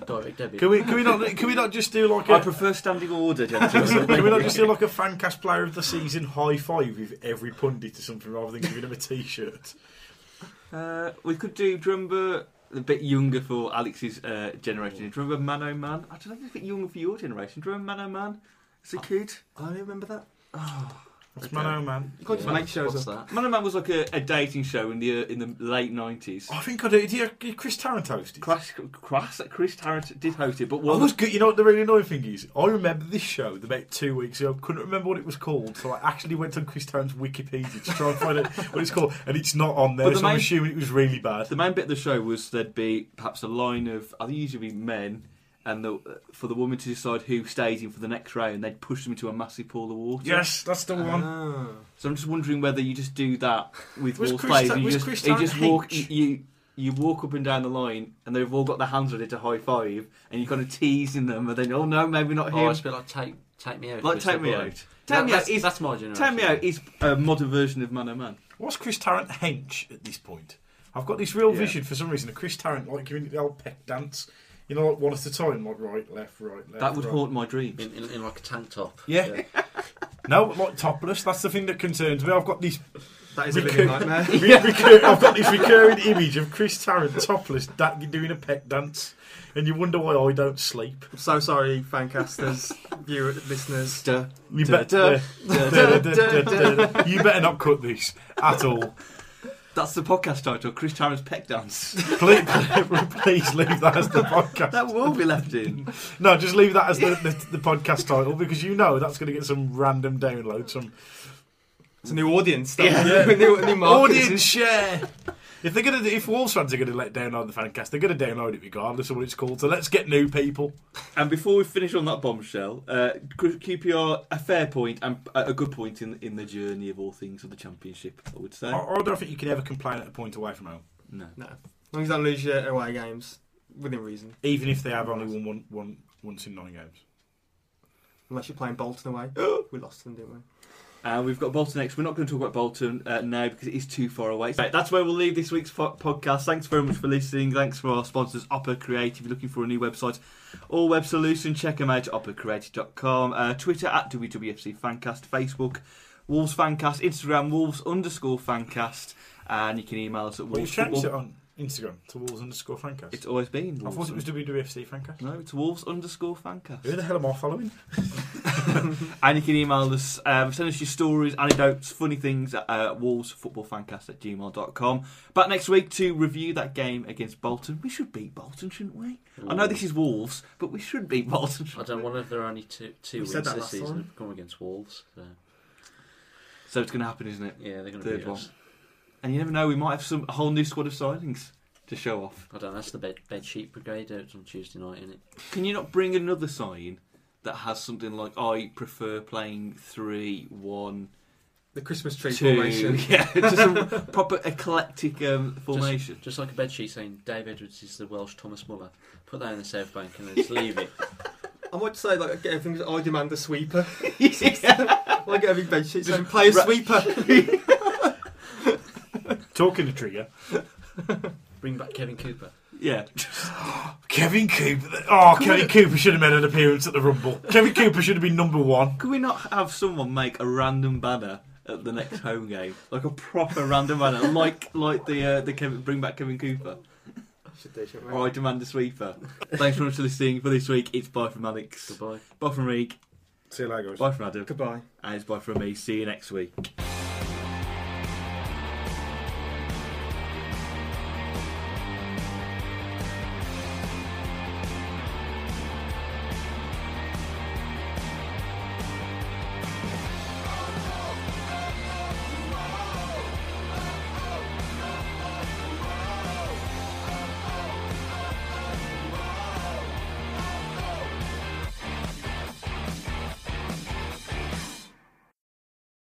[SPEAKER 5] direct debit.
[SPEAKER 4] Can we, can, we not, can we not just do like
[SPEAKER 1] I
[SPEAKER 4] a.
[SPEAKER 1] prefer standing order,
[SPEAKER 4] Can we not
[SPEAKER 1] gentlemen.
[SPEAKER 4] just do like a fan cast player of the season high five with every pundit or something rather than giving them a t shirt?
[SPEAKER 1] uh, we could do. Do you remember a bit younger for Alex's uh, generation? Do you remember Man O Man? I don't know if it's a bit younger for your generation. Do you remember Man O Man? As a kid,
[SPEAKER 3] I don't remember that.
[SPEAKER 4] That's man, oh man.
[SPEAKER 3] You can't just make shows
[SPEAKER 5] What's
[SPEAKER 3] up.
[SPEAKER 5] that?
[SPEAKER 1] Man O Man was like a, a dating show in the uh, in the late nineties.
[SPEAKER 4] I think I do. Do you, Chris Tarrant hosted?
[SPEAKER 1] Crash, Crash, Oh, Chris Tarrant did host it, but
[SPEAKER 4] Well,
[SPEAKER 1] was
[SPEAKER 4] I was good. You know what the really annoying thing is? I remember this show about two weeks ago. Couldn't remember what it was called, so I actually went on Chris Tarrant's Wikipedia to try and find out what it's called, and it's not on
[SPEAKER 1] But
[SPEAKER 4] there.
[SPEAKER 1] the
[SPEAKER 4] So I'm
[SPEAKER 1] main-
[SPEAKER 4] assuming it was really bad.
[SPEAKER 1] The main bit of the show was there'd be perhaps a line of, I think usually be men, and the, for the woman to decide who stays in for the next round, they'd push them into a massive pool of water.
[SPEAKER 4] Yes, that's the one.
[SPEAKER 3] Ah.
[SPEAKER 1] So I'm just wondering whether you just do that with
[SPEAKER 4] Was
[SPEAKER 1] more
[SPEAKER 4] Chris
[SPEAKER 1] players.
[SPEAKER 4] Ta-
[SPEAKER 1] and you
[SPEAKER 4] was
[SPEAKER 1] just,
[SPEAKER 4] Chris
[SPEAKER 1] you just
[SPEAKER 4] Tarrant
[SPEAKER 1] walk,
[SPEAKER 4] H?
[SPEAKER 1] you you walk up and down the line, and they've all got their hands ready to high five, and you're kind of teasing them, and then oh no, maybe not
[SPEAKER 5] Oh,
[SPEAKER 1] him.
[SPEAKER 5] it's a bit like Take, take Me Out.
[SPEAKER 1] like
[SPEAKER 5] Mr.
[SPEAKER 1] take me
[SPEAKER 5] Boy.
[SPEAKER 1] out.
[SPEAKER 5] That-
[SPEAKER 1] Take me
[SPEAKER 5] that's,
[SPEAKER 1] out is
[SPEAKER 5] that's my generation.
[SPEAKER 1] take me out is a modern version of Man O Man.
[SPEAKER 4] What's Chris Tarrant hench at this point? I've got this real
[SPEAKER 1] Yeah.
[SPEAKER 4] vision for some reason of Chris Tarrant like giving it the old peck dance. You know, like one at a time, like right, left, right, left.
[SPEAKER 1] That would
[SPEAKER 4] right.
[SPEAKER 1] haunt my dreams.
[SPEAKER 5] In, in, in like a tank top.
[SPEAKER 1] Yeah.
[SPEAKER 4] No, but like topless. That's the thing that concerns me. I've got this.
[SPEAKER 3] That is a
[SPEAKER 4] Recur-
[SPEAKER 3] living nightmare.
[SPEAKER 4] re- recur- I've got this recurring image of Chris Tarrant topless da- doing a peck dance, and you wonder why I don't sleep.
[SPEAKER 3] I'm so sorry, fancasters, viewer, listeners.
[SPEAKER 1] Duh.
[SPEAKER 4] You,
[SPEAKER 1] Duh,
[SPEAKER 4] bet-
[SPEAKER 1] duh,
[SPEAKER 4] duh, duh, duh, duh, duh. you better not cut this at all.
[SPEAKER 1] That's the podcast title, Chris Tarrant's Peck Dance.
[SPEAKER 4] Please, please leave that as the podcast.
[SPEAKER 1] that will be left in.
[SPEAKER 4] No, just leave that as the, the, the podcast title because you know that's going to get some random download, some
[SPEAKER 3] It's a new audience. Yeah. new, new market.
[SPEAKER 4] audience share. If they're going to, if Wolves fans are going to let download the fancast, they're going to download it regardless of what it's called. So let's get new people.
[SPEAKER 1] And before we finish on that bombshell, uh, Q- QPR a fair point and a a good point in in the journey of all things of the championship. I would say
[SPEAKER 4] I, I don't think you can ever complain at a point away from home,
[SPEAKER 1] no.
[SPEAKER 3] No. As long as you don't lose your away games, within reason.
[SPEAKER 4] even if they have only won one, one once in nine games.
[SPEAKER 3] Unless you're playing Bolton away. we lost to them, didn't we?
[SPEAKER 1] And we've got Bolton next. We're not going to talk about Bolton uh, now because it is too far away. Right, that's where we'll leave this week's po- podcast. Thanks very much for listening. Thanks for our sponsors, Opera Creative. If you're looking for a new website or web solution, check them out at operacreative.com. Uh, Twitter at WWFC Fancast. Facebook, Wolves Fancast. Instagram, Wolves underscore Fancast. And you can email us at
[SPEAKER 4] Well, you
[SPEAKER 1] Wolves.
[SPEAKER 4] changed it on Instagram to Wolves underscore fancast.
[SPEAKER 1] It's always been
[SPEAKER 4] I
[SPEAKER 1] Wolves.
[SPEAKER 4] thought it was WWFC fancast.
[SPEAKER 1] No, it's Wolves underscore
[SPEAKER 4] Who
[SPEAKER 1] fancast.
[SPEAKER 4] the hell am I following?
[SPEAKER 1] And you can email us, um, send us your stories, anecdotes, funny things at uh, wolvesfootballfancast at gmail.com. Back next week to review that game against Bolton. We should beat Bolton, shouldn't we? I know this is Wolves, but we should beat Bolton.
[SPEAKER 5] I
[SPEAKER 1] shouldn't
[SPEAKER 5] don't wonder if there are only two, two
[SPEAKER 3] We
[SPEAKER 5] wins
[SPEAKER 3] said
[SPEAKER 5] this
[SPEAKER 3] that last
[SPEAKER 5] season.
[SPEAKER 3] time.
[SPEAKER 5] We've come against Wolves. So,
[SPEAKER 1] we? So it's going to happen, isn't it?
[SPEAKER 5] yeah, they're going to
[SPEAKER 1] Third
[SPEAKER 5] beat
[SPEAKER 1] one.
[SPEAKER 5] us.
[SPEAKER 1] And you never know, we might have some a whole new squad of signings. to show off.
[SPEAKER 5] I don't know, that's the bed, bed sheet brigade out on Tuesday night, isn't it?
[SPEAKER 1] Can you not bring another sign that has something like I prefer playing three, one,
[SPEAKER 3] The Christmas tree
[SPEAKER 1] two?
[SPEAKER 3] formation.
[SPEAKER 1] Yeah, just a proper eclectic um, formation.
[SPEAKER 5] Just like a bed sheet saying Dave Edwards is the Welsh Thomas Muller. Put that in the South Bank and then just leave it.
[SPEAKER 3] I might say like get everything. I demand a sweeper. I get a big bench sheet saying play a
[SPEAKER 1] Right.
[SPEAKER 3] sweeper.
[SPEAKER 4] Talking to Trigger.
[SPEAKER 5] Bring back Kevin Cooper.
[SPEAKER 1] yeah,
[SPEAKER 4] Kevin Cooper. Oh, Kevin Cooper should have made an appearance at the Rumble. Kevin Cooper should have been number one.
[SPEAKER 1] Could we not have someone make a random banner at the next home game, like a proper random banner, like like the uh, the Kevin, bring back Kevin Cooper
[SPEAKER 3] Should do, shouldn't we?
[SPEAKER 1] or I demand a sweeper. Thanks very much for listening for this week. It's bye from Alex,
[SPEAKER 5] Goodbye.
[SPEAKER 1] bye from Reek,
[SPEAKER 4] See you later, guys.
[SPEAKER 1] bye from Adam,
[SPEAKER 3] Goodbye.
[SPEAKER 1] and it's bye from me. See you next week.